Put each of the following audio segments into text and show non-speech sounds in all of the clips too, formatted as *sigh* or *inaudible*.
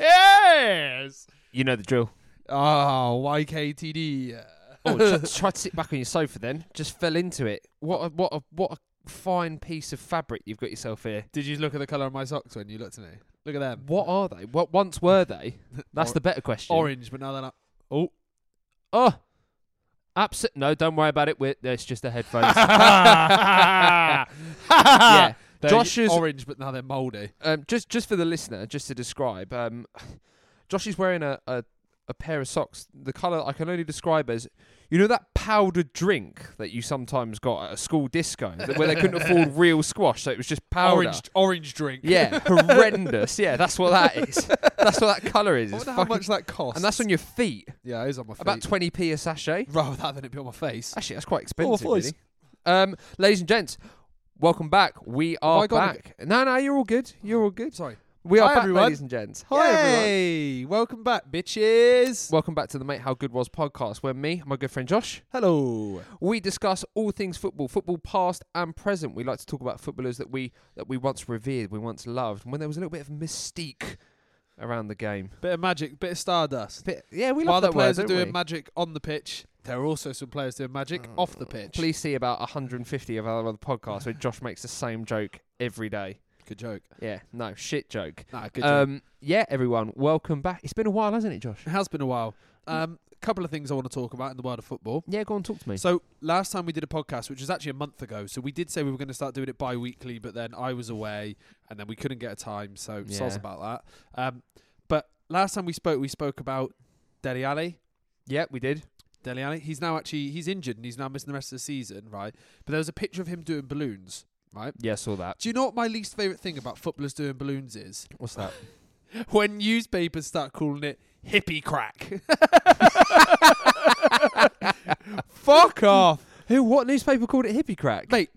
yes. You know the drill. Oh, YKTD. *laughs* Oh, try, try to sit back on your sofa then. Just fell into it. What a, what a, what a fine piece of fabric you've got yourself here. Did you look at the colour of my socks when you looked at me? Look at them. What are they? What once were they? That's Or- the better question. Orange, but now *laughs* they're not. Oh. Oh. Abs- no, don't worry about it. We're, it's just the *laughs* headphones. yeah. yeah. Josh's- orange, but now they're mouldy. Um, just just for the listener, just to describe, um, *sighs* Josh is wearing a, a, a pair of socks. The colour I can only describe as, you know, that powdered drink that you sometimes got at a school disco that- where they *laughs* couldn't afford real squash, so it was just powder. Orange, orange drink. *laughs* Yeah, horrendous. Yeah, that's what that is. That's what that colour is. I It's wonder how fucking- much that costs. and that's on your feet. Yeah, it is on my feet. About 20p a sachet. Rather that than it be on my face. Actually, that's quite expensive. voice. really. Um, ladies and gents, welcome back. We are I gone back. No, no, you're all good. You're all good. *laughs* Sorry. We are Hi, back, everyone. ladies and gents. Hi, everyone. Yay! Welcome back, bitches. Welcome back to the Mate How Good Was podcast, where me, and my good friend Josh, Hello. we discuss all things football, football past and present. We like to talk about footballers that we that we once revered, we once loved, and when there was a little bit of mystique around the game. *laughs* Bit of magic, bit of stardust. Bit, yeah, we love While that the players word, are don't doing we? magic on the pitch, there are also some players doing magic off the pitch. Oh. Please see about 150 of our other podcasts where Josh makes the same joke every day. Good joke. Yeah, no shit joke. Nah, good joke. Um, yeah, everyone, welcome back. It's been a while, hasn't it, Josh? It has been a while. Um, a couple of things I want to talk about in the world of football. Yeah, go on, talk to me. So last time we did a podcast, which was actually a month ago, so we did say we were going to start doing it bi-weekly, but then I was away, and then we couldn't get a time, so yeah. Yeah. about that. Um, but last time we spoke, we spoke about Deli Ali. yeah, we did. Deli Ali. He's now actually he's injured and he's now missing the rest of the season, right? But there was a picture of him doing balloons, right? Yeah, saw that. Do you know what my least favorite thing about footballers doing balloons *laughs* is? What's that? When newspapers start calling it hippie crack. *laughs* *laughs* Fuck off. Who? What newspaper called it hippie crack? Mate,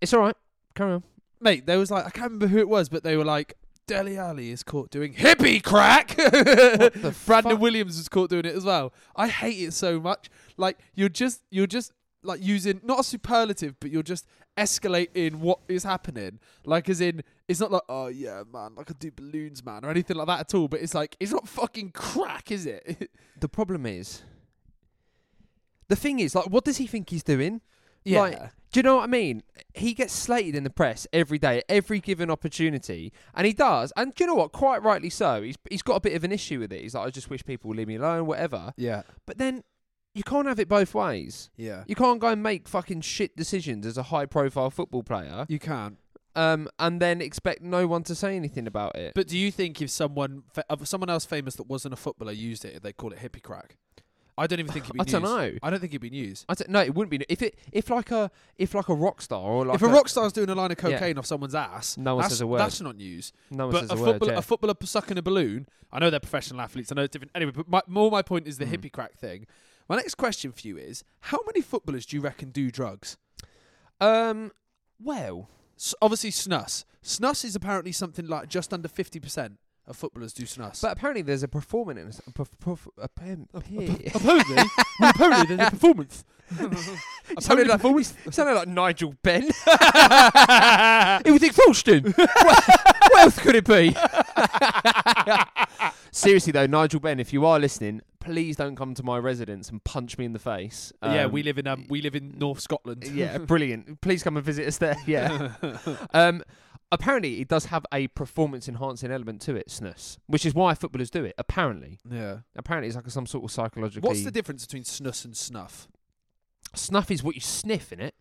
It's all right. Carry on. mate, there was like I can't remember who it was, but they were like Deli Ali is caught doing hippie crack. the *laughs* Brandon fuck? Williams was caught doing it as well. I hate it so much. Like you're just you're just like using not a superlative, but you're just escalating what is happening. Like as in it's not like oh yeah man, like I do balloons man or anything like that at all. But it's like it's not fucking crack, is it? *laughs* The problem is, the thing is, like, what does he think he's doing? Like, do you know what I mean? He gets slated in the press every day, every given opportunity, and he does. And do you know what? Quite rightly so. He's he's got a bit of an issue with it. He's like, I just wish people would leave me alone, whatever. yeah, But then you can't have it both ways. yeah. You can't go and make fucking shit decisions as a high-profile football player, You can. um, and then expect no one to say anything about it. But do you think if someone fa- if someone else famous that wasn't a footballer used it, they would call it hippie crack? I don't even think it'd *sighs* be I news. don't know. I don't think it'd be news. I don't, no, it wouldn't be if it if like a if like a rock star or like if a rock star's doing a line of Yeah. cocaine off someone's ass, No one that's, says a word. That's not news. no one But says a, a word. footballer, yeah. a footballer p- sucking a balloon. I know they're professional athletes. I know it's different. Anyway, but my, more my point is the Mm. hippie crack thing. My next question for you is: How many footballers do you reckon do drugs? Um, well, S obviously, snus. Snus is apparently something like just under fifty percent of footballers do snus. but apparently there's a performance. A perf- perf- a pem- pe- apparently, well, apparently, *laughs* there's a performance. Sounded apparently, like, performance. *laughs* sounded like Nigel *laughs* Benn. it was Dick Fulston. what, what else could it be? *laughs* Seriously though, Nigel Benn, if you are listening, please don't come to my residence and punch me in the face. yeah, Um, we live in um, we live in North Scotland. *laughs* yeah, brilliant. Please come and visit us there. Yeah. um, apparently, it does have a performance-enhancing element to it, snus, which is why footballers do it. Apparently, yeah. apparently, it's like some sort of psychological. What's the difference between snus and snuff? snuff? Is what you sniff in it.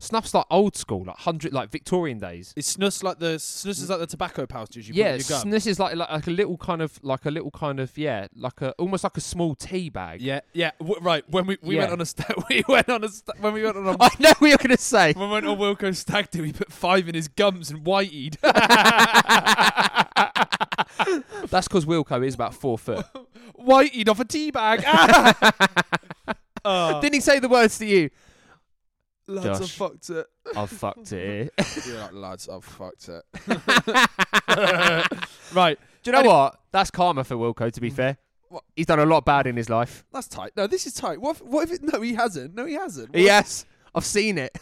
Snuff's like old school, like hundred, like Victorian days. Is snus like the snus is like the tobacco pouches you yeah, put in your gum? snus is like, like like a little kind of like a little kind of yeah, like a almost like a small tea bag. *laughs* yeah, yeah. W- right. When we, we Yeah. went on a sta- *laughs* we went on a sta- when we went on a *laughs* I know what you're gonna say. *laughs* when we went on Wilco stag do, we put five in his gums and whiteyed. That's because Wilco is about four *laughs* foot. whiteyed off a tea bag. *laughs* Ah! Didn't he say the words to you? lads, Josh. I've fucked it. I've fucked *laughs* it. You're like, lads, I've fucked it. Do Right, you know Any- what? That's karma for Wilco. To be fair, What? he's done a lot bad in his life. that's tight. No, this is tight. What if, what if it? No, he hasn't. No, he hasn't. What Yes, I've seen it.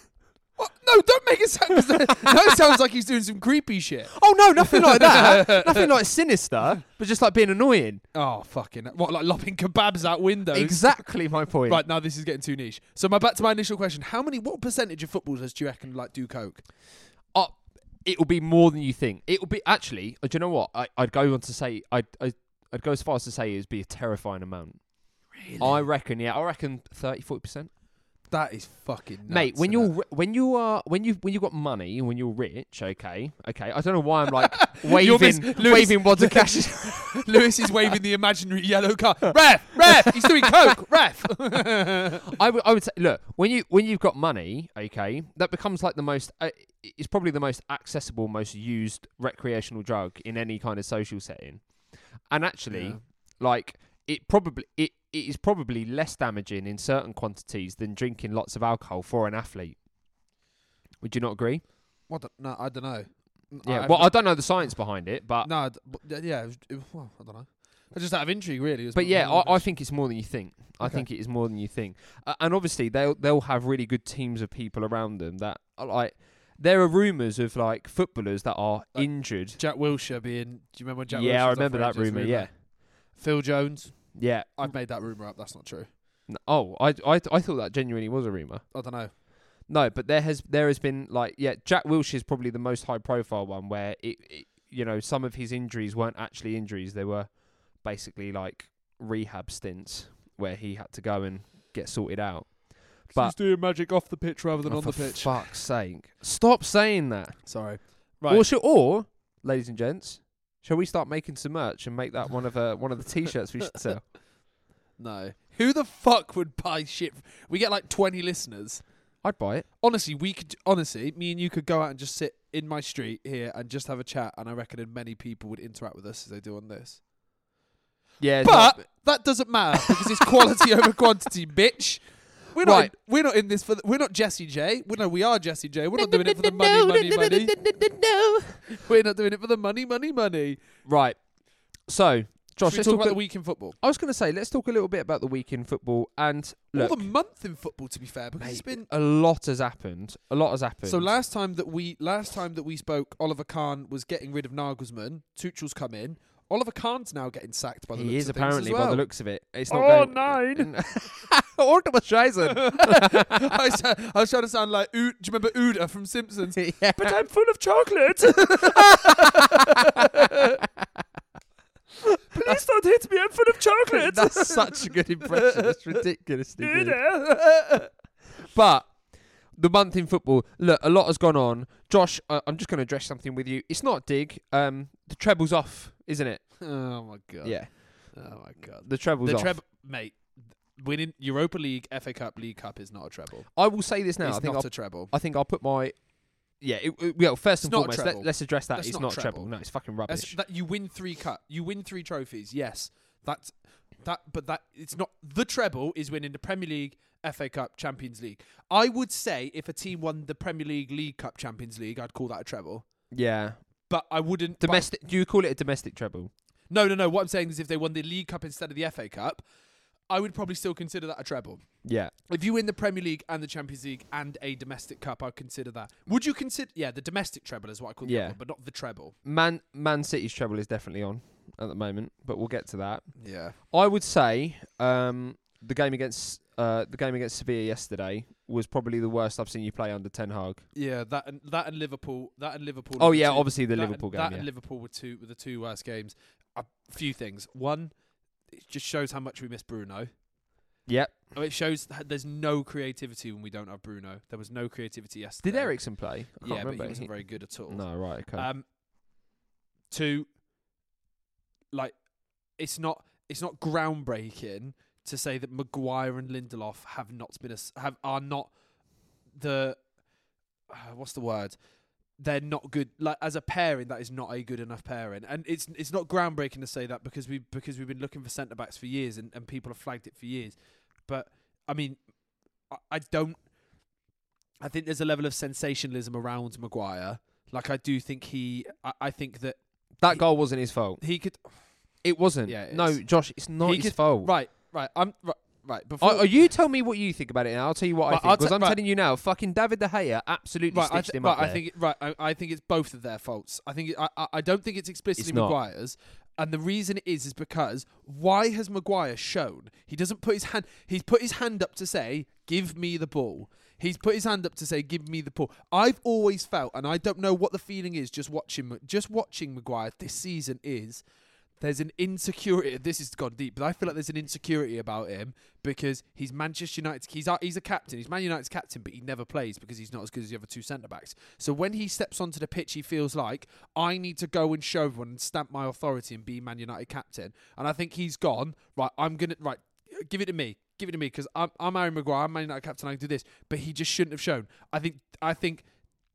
Oh, no, don't make it sound. 'cause *laughs* that that sounds like he's doing some creepy shit. *laughs* Oh no, nothing like *laughs* that. nothing like sinister, but just like being annoying. Oh fucking! What like lopping kebabs out windows? Exactly my point. Right now, this is getting too niche. So my back to my initial question: How many? What percentage of footballers do you reckon like do coke? Uh, it'll be more than you think. It'll be actually. uh, Do you know what? I, I'd go on to say. I'd, I'd I'd go as far as to say it'd be a terrifying amount. Really? I reckon. Yeah, I reckon 30 40 percent. that is fucking nuts, Mate, when innit? you're ri- when you are when you when you've got money and when you're rich, okay, okay. I don't know why I'm *laughs* like waving miss- Lewis- waving wads of cash. Lewis is waving the imaginary yellow *laughs* card. *laughs* Ref, ref, he's doing coke. Ref. *laughs* I would I would say, look, when you when you've got money, okay, that becomes like the most. Uh, it's probably the most accessible, most used recreational drug in any kind of social setting, and actually, Yeah. like it probably it, it is probably less damaging in certain quantities than drinking lots of alcohol for an athlete. Would you not agree? What? The, no, I don't know. Yeah. well, I don't know the science behind it, but no, I d- but, yeah, yeah, it was- it- well, I don't know. I just out of intrigue, really. it was But my- yeah, my I, I think it's more than you think. I Okay. think it is more than you think. Uh, and obviously, they'll they'll have really good teams of people around them that are like. There are rumours of like footballers that are Like injured. Jack Wilshire being. Do you remember when Jack? yeah, I Wilshere was up remember for that ages? rumour. Yeah, Phil Jones. yeah. I've made that rumor up. That's not true. N- Oh, I, I I thought that genuinely was a rumour. I don't know. No, but there has there has been like yeah, Jack Wilshere is probably the most high profile one where it, it you know some of his injuries weren't actually injuries; they were basically like rehab stints where he had to go and get sorted out. But- he's doing magic off the pitch rather than Oh, on the for pitch. fuck's sake. Stop saying that. Sorry. Or, shall, or, ladies and gents, shall we start making some merch and make that one of uh, one of the t-shirts we *laughs* should sell? No. Who the fuck would buy shit? We get like 20 listeners. I'd buy it. Honestly, we could. Honestly, me and you could go out and just sit in my street here and just have a chat, and I reckon many people would interact with us as they do on this. Yeah, it's But not- that doesn't matter because it's quality *laughs* over quantity, bitch. We're not. Right. we're not in this for. The, we're not Jesse J. We no, we are Jesse J. We're not doing it for the money, money, money. We're not doing it for the money, money, money. Right. So, Josh, Should let's we talk talk about a- the week in football. I was going to say, let's talk a little bit about the week in football and look. Or the month in football, to be fair, because it's mate, been. a lot has happened. A lot has happened. So last time that we last time that we spoke, Oliver Kahn was getting rid of Nagelsmann. Tuchel's come in. Oliver Kahn's now getting sacked by the he looks is of things as apparently by the *laughs* well. looks of it. It's not Oh, going- nine. Or Thomas *laughs* Streisand. *laughs* I, was, I was trying to sound like Ood, do you remember Uda from Simpsons? yeah. but I'm full of chocolate. Please don't hit me. I'm full of *laughs* chocolate. That's such a good impression. It's ridiculously good. Uda. *laughs* But the month in football, look, a lot has gone on. Josh, I- I'm just going to address something with you. It's not a dig. Um, the treble's off, isn't it? *laughs* Oh my god. Yeah, Oh my god. the treble's The off. treble, mate. Winning Europa League, FA Cup, League Cup is not a treble. I will say this now. it's I think not I'll, a treble. I think I'll put my yeah. It, it- well, first It's and not a foremost, treble. let, us address that. That's it's not not a a treble. treble. No, it's fucking That's- rubbish. that you win three cup, you win three trophies. Yes, that's that. But that it's not the treble is winning the Premier League, FA Cup, Champions League. I would say if a team won the Premier League, League Cup, Champions League, I'd call that a treble. yeah, But I wouldn't. but- domestic. Do you call it a domestic treble? no, no, no. What I'm saying is if they won the League Cup instead of the FA Cup, I would probably still consider that a treble. Yeah. If you win the Premier League and the Champions League and a domestic cup, I'd consider that. Would you consider? Yeah, the domestic treble is what I call the Yeah. other one, but not the treble. Man, Man City's treble is definitely on at the moment, but we'll get to that. Yeah. I would say um, the game against uh, the game against Sevilla yesterday was probably the worst I've seen you play under Ten Hag. Yeah, that and that and Liverpool, that and Liverpool. Oh were yeah, two- obviously the that Liverpool and, game. That yeah. and Liverpool were two were the two worst games. A few things. One, it just shows how much we miss Bruno. Yep. Oh, It shows that there's no creativity when we don't have Bruno. There was no creativity yesterday. Did Ericsson play? I can't Yeah, remember. but he wasn't very good at all. no, right. Okay. Um, two, like, it's not it's not groundbreaking to say that Maguire and Lindelof have not been a s have are not the uh, what's the word? They're not good. Like as a pairing, that is not a good enough pairing, and it's it's not groundbreaking to say that because we because we've been looking for centre backs for years, and, and people have flagged it for years. But I mean, I, I don't. I think there's a level of sensationalism around Maguire. Like I do think he, I, I think that that he- goal wasn't his fault. he could. It wasn't. Yeah, it no, is. Josh, it's not He his could- fault. Right, right. I'm right, right before Oh, oh, you tell me what you think about it, and I'll tell you what Right, I I'll think. Because te- I'm right. telling you now, fucking David De Gea absolutely right, I, stitched th- him right, up. There. I think it- right. I, I think it's both of their faults. I think it, I, I I don't think it's explicitly It's not. Maguire's, and the reason it is is because why has Maguire shown he doesn't put his hand? He's put his hand up to say, "Give me the ball." He's put his hand up to say, "Give me the ball." I've always felt, and I don't know what the feeling is. Just watching, Ma- just watching Maguire this season is. There's an insecurity. This has gone deep, but I feel like there's an insecurity about him because he's Manchester United. He's our, he's a captain. He's Man United's captain, but he never plays because he's not as good as the other two centre backs. So when he steps onto the pitch, he feels like I need to go and show everyone and stamp my authority and be Man United captain. And I think he's gone. Right, I'm gonna right. Give it to me. Give it to me because I'm I'm Aaron Maguire. I'm Man United captain. I can do this. But he just shouldn't have shown. I think I think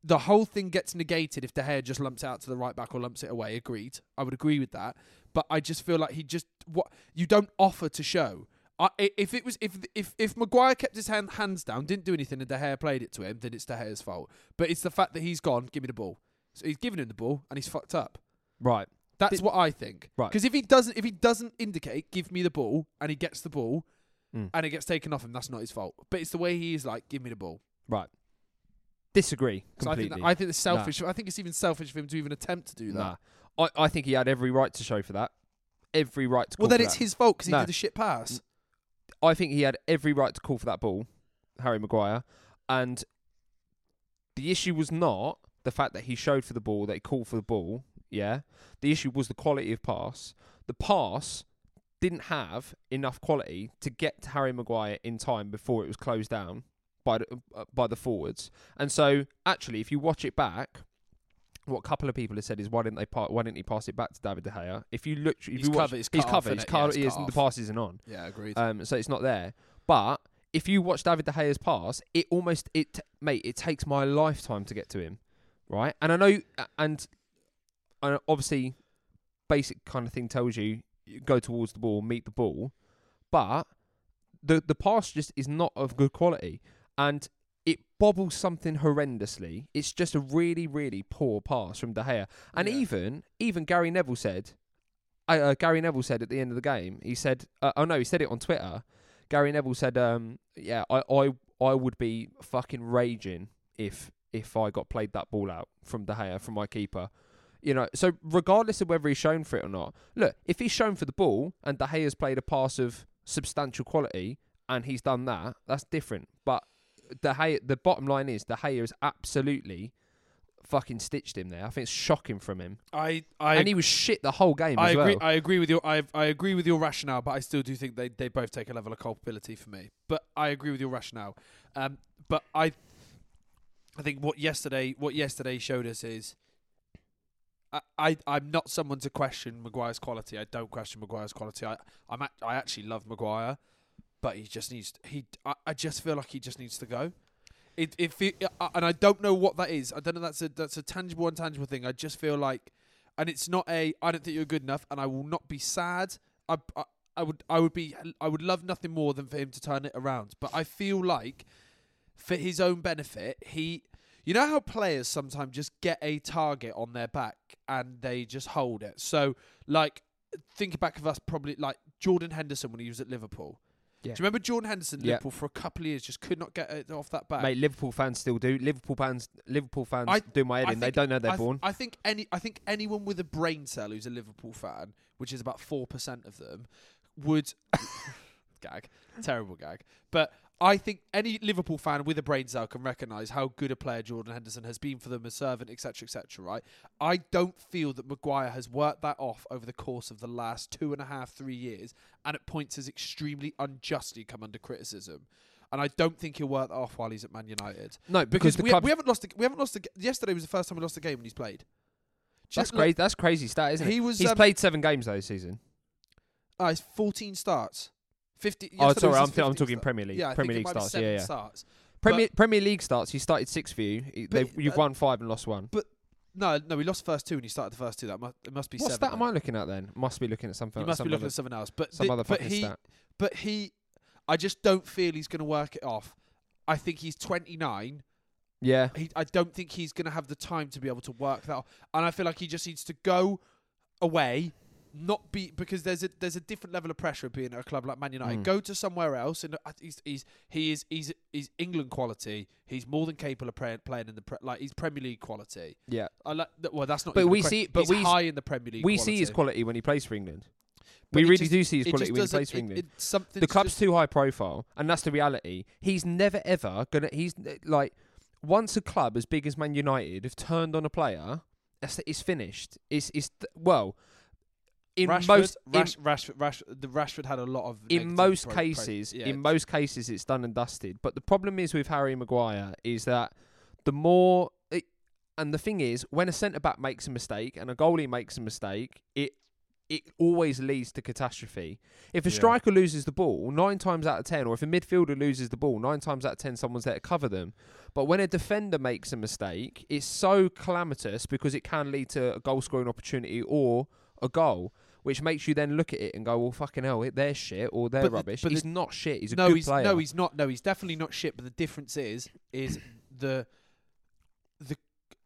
the whole thing gets negated if De Gea just lumps it out to the right back or lumps it away. Agreed. I would agree with that. But I just feel like he just what you don't offer to show. I, i- if it was if if if Maguire kept his hand, hands down, didn't do anything, and De Gea played it to him, then it's De Gea's fault. But it's the fact that he's gone. Give me the ball. So he's given him the ball and he's fucked up. right. That's Thi- what I think. Right. Because if he doesn't if he doesn't indicate, give me the ball, and he gets the ball, Mm. and it gets taken off him, that's not his fault. But it's the way he is like, give me the ball. Right. Disagree So I completely. think that, I think it's selfish. I think it's even selfish of him to even attempt to do that. Nah. I, I think he had every right to show for that. Every right to call Well, then for it's that. his fault because he No. did a shit Mm. pass. I think he had every right to call for that ball, Harry Maguire. And the issue was not the fact that he showed for the ball, that he called for the ball, yeah. The issue was the quality of pass. The pass didn't have enough quality to get to Harry Maguire in time before it was closed down by the, uh, by the forwards. And so, actually, if you watch it back, what a couple of people have said is why didn't they pa- why didn't he pass it back to David De Gea? If you look, if He's you watch, covered, it's he's cut off, covered, innit? he's Yeah, cut, it's he cut isn't- the off. pass isn't on. Yeah, agreed. Um, so it's not there. But if you watch David De Gea's pass, it almost it t- mate, it takes my lifetime to get to him, right? And I know, and I obviously, basic kind of thing tells you, you go towards the ball, meet the ball, but the the pass just is not of good quality, and it bobbles something horrendously. It's just a really really poor pass from De Gea, and Yeah. even even Gary Neville said I, uh, Gary Neville said at the end of the game, he said, uh, oh no, he said it on Twitter. Gary Neville said, um, yeah, I, I, I would be fucking raging if if I got played that ball out from De Gea, from my keeper. You know, so regardless of whether he's shown for it or not, look, if he's shown for the ball and De Gea's played a pass of substantial quality and he's done that, that's different. But De Gea, the bottom line is De Gea has absolutely fucking stitched him there. I think it's shocking from him. I, I, and he was shit the whole game I as agree. well. I agree with your. I, I agree with your rationale, but I still do think they, they both take a level of culpability for me. But I agree with your rationale. Um, but I, I think what yesterday what yesterday showed us is, I, I I'm not someone to question Maguire's quality. I don't question Maguire's quality. I I'm act I actually love Maguire, but he just needs he. I, I just feel like he just needs to go. It, it fe- I- and I don't know what that is. I don't know. That's a that's a tangible, intangible thing. I just feel like, and it's not a. I don't think you're good enough, and I will not be sad. I, I I would I would be I would love nothing more than for him to turn it around. But I feel like, for his own benefit, he. You know how players sometimes just get a target on their back and they just hold it. So like, think back of us probably like Jordan Henderson when he was at Liverpool. Yeah. Do you remember Jordan Henderson at Yeah. Liverpool for a couple of years just could not get it off that back? Mate, Liverpool fans still do. Liverpool fans, Liverpool fans I- do my head I in. They think- don't know they're I th- born. I think any I think anyone with a brain cell who's a Liverpool fan, which is about four percent of them, would *laughs* gag. Terrible gag. But I think any Liverpool fan with a brain cell can recognise how good a player Jordan Henderson has been for them, a servant, etc., etc. Right? I don't feel that Maguire has worked that off over the course of the last two and a half, three years, and at points has extremely unjustly come under criticism. And I don't think he'll work that off while he's at Man United no, because the we, club. we haven't lost. A, we haven't lost. A, g- yesterday was the first time we lost a game when he's played. Do you that's know- like, crazy. That's crazy stat, isn't He it? was. He's um, played seven games though this season. uh, it's fourteen starts. Fifty. Oh, yesterday was sorry, I'm, his th- I'm 15 talking start. Premier League. Yeah, I Premier think it League might be starts. Yeah, seven yeah. starts. Premier Premier League starts. He started six for you. He- But- they've- you've uh, won five and lost one. No, no, we lost first two and he started the first two. That must it must be What seven. stat am then. I looking at then? Must be looking at something. You must some be looking other, at something else. But some the- other but fucking he, stat. but he, I just don't feel he's going to work it off. I think he's 29. Yeah, He, I don't think he's going to have the time to be able to work that off. And I feel like he just needs to go away, not be because there's a there's a different level of pressure of being at a club like Man United. Mm. Go to somewhere else, and I- he's, he's he is he's he's England quality. He's more than capable of play, playing in the pre, like he's Premier League quality. Yeah. I like that. Well, that's not. But even a we que- see- but he's we- high in the Premier League. We see his quality. quality when he plays for England. But we it really just- do see his It quality just when he doesn't- plays for it- England. it- something's the club's just- too high profile, and that's the reality. He's never ever gonna. He's like, once a club as big as Man United have turned on a player, that's it's finished. It's it's well, in Rashford, most in- Rash, Rashford, Rashford, the Rashford had a lot of in negative most pro- pro- cases, yeah, in most cases, it's done and dusted. But the problem is with Harry Maguire is that the more, it, and the thing is, when a centre back makes a mistake and a goalie makes a mistake, it it always leads to catastrophe. If a Yeah. striker loses the ball nine times out of ten, or if a midfielder loses the ball nine times out of ten, someone's there to cover them. But when a defender makes a mistake, it's so calamitous because it can lead to a goal scoring opportunity or a goal, which makes you then look at it and go, well, fucking hell, it- they're shit or they're But the- rubbish. but he's the- not shit. He's a no, good he's player. no, he's not. No, he's definitely not shit. But the difference is, is the the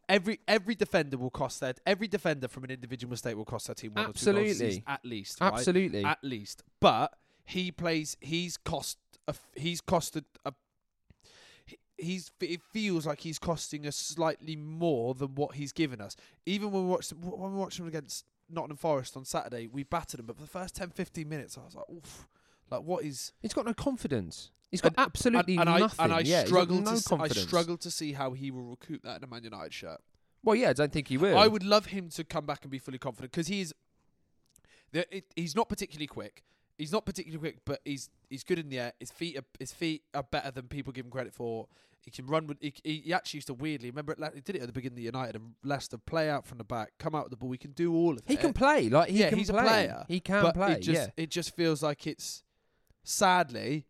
every every defender will cost that every defender from an individual mistake will cost their team one or two goals a season Absolutely. at least. right? Absolutely. at least. But he plays. He's cost. A, f- he's costed a. he- He's. It feels like he's costing us slightly more than what he's given us. Even when we watched them- when we watched them against Nottingham Forest on Saturday, we battered them. But for the first 10, 15 minutes, I was like, oof. Like what is? he's got no confidence. He's got absolutely and, and nothing. I and I yeah, he's got struggle no to. s- I confidence. struggle to see how he will recoup that in a Man United shirt. Well, yeah, I don't think he will. I would love him to come back and be fully confident because he's he's not particularly quick. He's not particularly quick, but he's he's good in the air. His feet are, his feet are better than people give him credit for. He can run with. He, he he actually used to weirdly remember it, like, he did it at the beginning of the United and Leicester play out from the back, come out with the ball. He can do all of He it. can play. Like he Eh, yeah, can he's play. a player. He can but play. It just yeah. it just feels like it's sadly.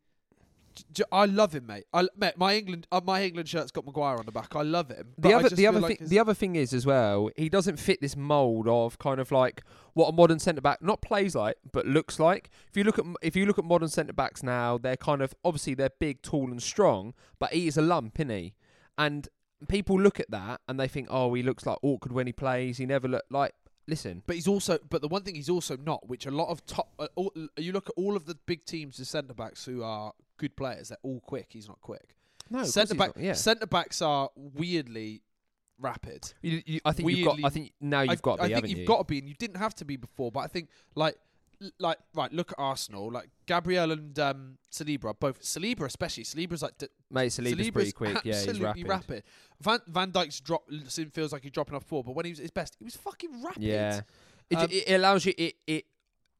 j- j- I love him, mate. I, mate, my England, uh, my England shirt's got Maguire on the back. I love him. but the I other just the feel other like thing it's- the other thing is as well he doesn't fit this mold of kind of like what a modern centre back not plays like but looks like if you look at if you look at modern centre backs now they're kind of obviously they're big tall and strong but he is a lump isn't he and people look at that and they think oh he looks like awkward when he plays he never looked like listen But he's also, but the one thing he's also not, which a lot of top, uh, all, you look at all of the big teams and centre backs who are good players, they're all quick. He's not quick. no centre back, yeah centre backs are weirdly rapid. you, you, I think you've got I weirdly- think now I- you've got to be I think haven't you've you? got to be, and you didn't have to be before. But I think like, l- like right, look at Arsenal. Like Gabriel and um, Saliba, are both Saliba especially. Saliba's like d- mate Saliba's Saliba's pretty quick yeah he's absolutely rapid, rapid. Van Van Dyke's drop soon feels like he's dropping off four, but when he was at his best, he was fucking rapid. Yeah, it, Um, it allows you it, it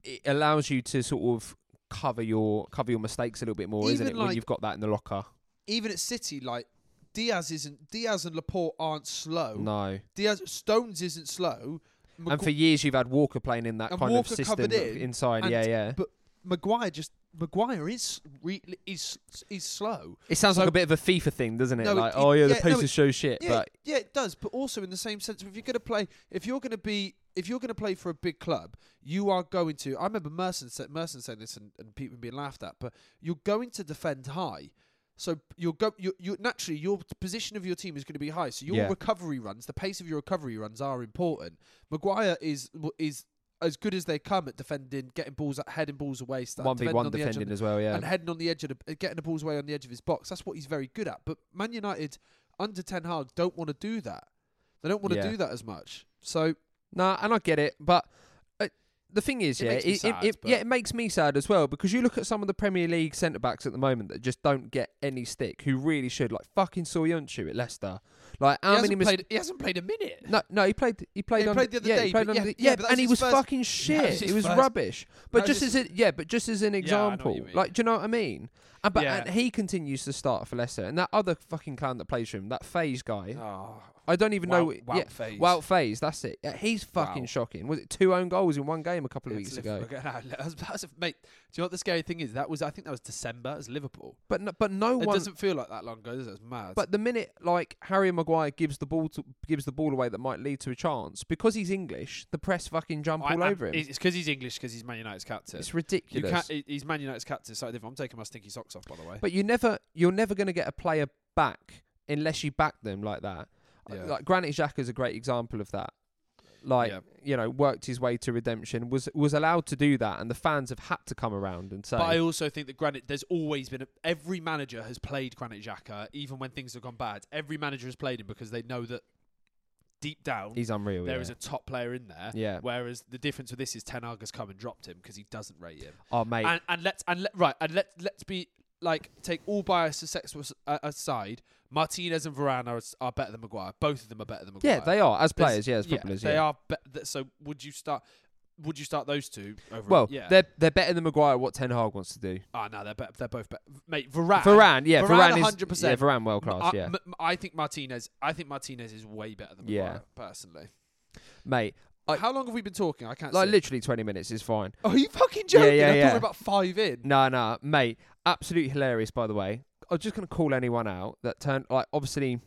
it allows you to sort of cover your cover your mistakes a little bit more, isn't Even it? when like- you've got that in the locker. even at City, like Diaz isn't Diaz and Laporte aren't slow. No, Diaz Stones isn't slow. and for years you've had Walker playing in that And kind Walker of system covered in, inside. and- Yeah, yeah. but- Maguire just Maguire is re, is is slow. It sounds like so- a bit of a FIFA thing, doesn't it? No, it- like, it- oh yeah, the yeah, no, paces it- show shit, Yeah, but yeah, it does. But also in the same sense, if you're going to play, if you're going to be, if you're going to play for a big club, you are going to. I remember Merson said Merson saying this and, and people being laughed at, but you're going to defend high. So you'll go. You you naturally your position of your team is going to be high. So your Yeah. recovery runs, the pace of your recovery runs are important. Maguire is is as good as they come at defending, getting balls at heading balls away, stuff. one v defending one on the edge of defending as well. Yeah, and heading on the edge of the, uh, getting the balls away on the edge of his box. That's what he's very good at. But Man United under Ten Hag don't want to do that. They don't want to Yeah. do that as much. So No, and I get it, but uh, the thing is, It yeah, makes me it, sad, it, it, but- yeah, it makes me sad as well because you look at some of the Premier League centre backs at the moment that just don't get any stick, who really should, like fucking Soyuncu at Leicester. Like he how many hasn't mis- played. He hasn't played a minute. *laughs* No, no, he played. He played. he on, played the other yeah, day, he played but on yeah, the, yeah, yeah, but and that was he his was first- fucking that shit. was It his was first- rubbish. But that was just as a, yeah, but just as an I know what you example, mean. like do you know what I mean? And but Yeah. and he continues to start for Leicester, and that other fucking clown that plays for him, that phase guy. Oh, I don't even know. Wout- Wout yeah, Faes. *laughs* Wow, phase. That's it. Yeah, he's fucking Wow. shocking. Was it two own goals in one game a couple of It's weeks ago? Liverpool. *laughs* Okay, no, that was- that was a- mate, do you know what the scary thing is? That was I think that was December as Liverpool. But no, but no It one. doesn't feel like that long ago. Does it? It's mad. But the minute like Harry Maguire gives the ball to, gives the ball away that might lead to a chance because he's English, the press fucking jump all over him. It's, It's because he's English. Because he's Man United's captain. you ridiculous. can't, he- he's Man United's captain. So different. I'm taking my stinky socks off, by the way. but you never you're never going to get a player back unless you back them like that. Yeah. Like Granit Xhaka is a great example of that. like Yeah. you know worked his way to redemption was was allowed to do that and the fans have had to come around and say But I also think that Granit, there's always been a, every manager has played Granit Xhaka, even when things have gone bad. Every manager has played him because they know that deep down there is he's unreal yeah. a top player in there. Yeah. Whereas the difference with this is Ten Hag has come and dropped him because he doesn't rate him. oh mate And, and let's and let, right and let let's be like take all bias as- uh, aside. Martinez and Varane are, are better than Maguire. Both of them are better than Maguire. yeah they are as There's- players yeah as yeah, footballers They yeah. are. Be- th- so would you start? Would you start those two? Over well yeah. they're they're better than Maguire at what Ten Hag wants to do Ah, no, they're be- they're both better. Mate, Varane. Varane yeah Varane Varane, is 100%. yeah Varane world M- class I, yeah Uh, m- m- I think Martinez. I think Martinez is way better than Yeah. Maguire, personally. mate I- How long have we been talking? I can't. like see. literally 20 minutes is fine Oh, are you fucking joking? yeah, I thought we yeah. were about five in. No, no, mate, absolutely hilarious. By the way, I'm just gonna call anyone out that turned like obviously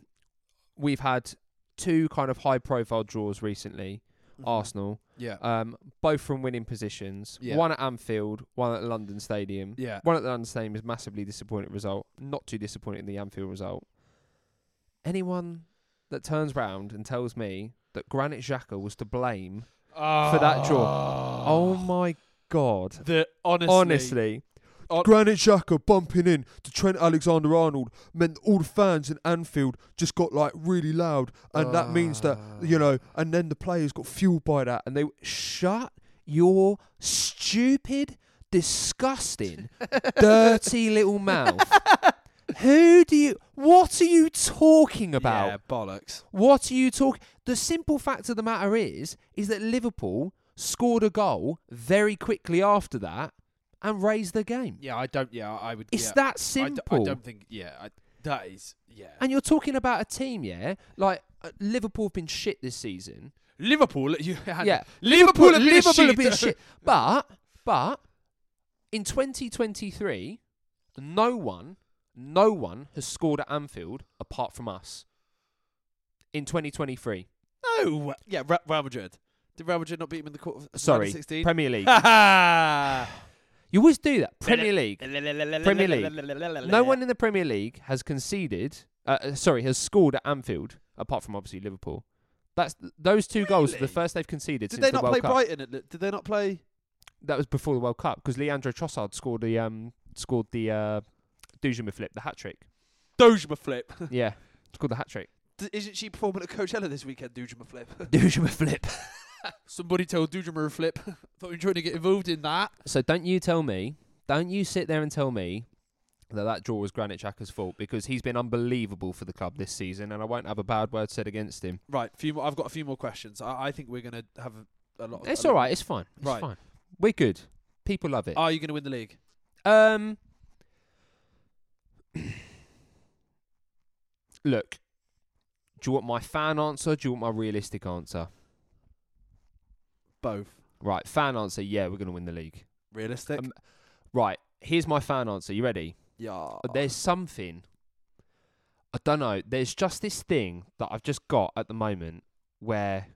we've had two kind of high profile draws recently. Mm-hmm. Arsenal, Yeah. Mm-hmm. um, both from winning positions. Yeah. One at Anfield, one at London Stadium. Yeah. One at the London Stadium is massively disappointing result. Not too disappointing the Anfield result. Anyone that turns round and tells me that Granit Xhaka was to blame for that draw. Oh my god. Ah. The honestly. Honestly. Hon- Granit Xhaka bumping in to Trent Alexander Arnold meant all the fans in Anfield just got like really loud, and that means that you know, and then the players got fueled by that, and they shut your stupid, *laughs* disgusting, dirty little mouth. Who do you? What are you talking about? Yeah, bollocks. What are you talking? The simple fact of the matter is, is that Liverpool scored a goal very quickly after that and raised the game. Yeah, I don't. Yeah, I would. It's yeah. that I, d- simple. I don't think. Yeah, I, that is. Yeah. and you're talking about a team, yeah? Like uh, Liverpool have been shit this season. Liverpool. You *laughs* had Yeah. Liverpool. have been Liverpool shit. have been *laughs* shit. But but in 2023, no one, no one has scored at Anfield apart from us. In 2023, No. Yeah, Ra- Real Madrid. Did Real Madrid not beat him in the quarter? sorry, 16? Premier League. *laughs* Ha You always do that. Premier League. Premier League. No one in the Premier League has conceded. Uh, uh, sorry, has scored at Anfield apart from obviously Liverpool. That's those two goals were the Really? first they've conceded Did since they the not World play Cup. Brighton? At, Li- did they not play? That was before the World Cup because Leandro Trossard scored the um scored the uh Dujuma flip, the hat trick. *laughs* Dojima Flip. yeah, scored the hat *laughs* trick. D- Isn't she performing at Coachella this weekend, Dojima Flip? *laughs* Dujuma flip. Somebody told Dojima Flip. *laughs* Thought you were trying to get involved in that. So don't you tell me, don't you sit there and tell me that that draw was Granit Xhaka's fault because he's been unbelievable for the club this season, and I won't have a bad word said against him. Right, few more, I've got a few more questions. I, I think we're going to have a, a lot of. It's a lot- all right. It's fine. It's Right. Uh, fine. We're good. People love it. Are you going to win the league? um, *clears throat* look, do you want my fan answer? Do you want my realistic answer? Both. Right, fan answer. Yeah, we're gonna win the league. Realistic? Um, Right, here's my fan answer. You ready? yeah. There's something. I don't know. There's just this thing that I've just got at the moment where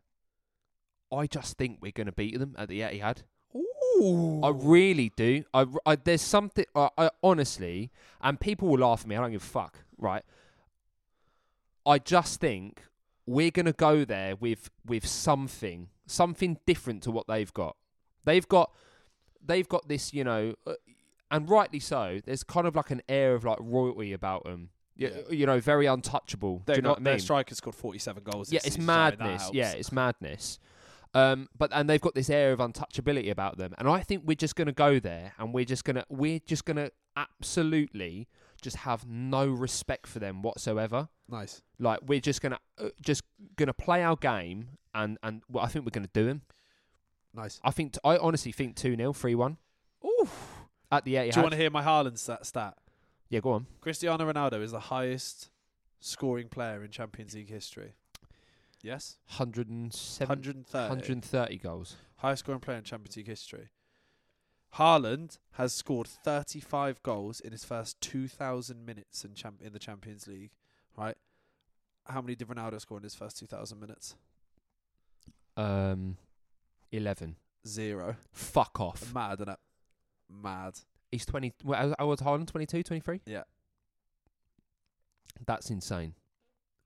I just think we're gonna beat them at the Etihad. Ooh. I really do. I, I there's something. I, I honestly, and people will laugh at me. I don't give a fuck. Right. I just think we're gonna go there with with something, something different to what they've got. They've got, they've got this, you know, uh, and rightly so. There's kind of like an air of like royalty about them. You, Yeah. you know, very untouchable. They're do you know not, what I Their mean? striker scored 47 goals. yeah, this it's season, so that madness. helps. Yeah, it's madness. Um, but and they've got this air of untouchability about them, and I think we're just gonna go there, and we're just gonna we're just gonna absolutely just have no respect for them whatsoever. Nice. Like we're just gonna uh, just gonna play our game, and and well, I think we're gonna do them. Nice. I think t- I honestly think two 0 three one Ooh. at the Do you want Etihad. to hear my Haaland stat? stat? Yeah, go on. Cristiano Ronaldo is the highest scoring player in Champions League history. Yes? Hundred and seven. 130. 130 goals. Highest scoring player in Champions League history. Haaland has scored 35 goals in his first 2,000 minutes in, champ- in the Champions League, right? How many did Ronaldo score in his first 2,000 minutes? Um, 11. Zero. Fuck off. Mad, isn't it? Mad. He's 20. Well, I was- I was Haaland 22, 23? Yeah. That's *laughs* insane.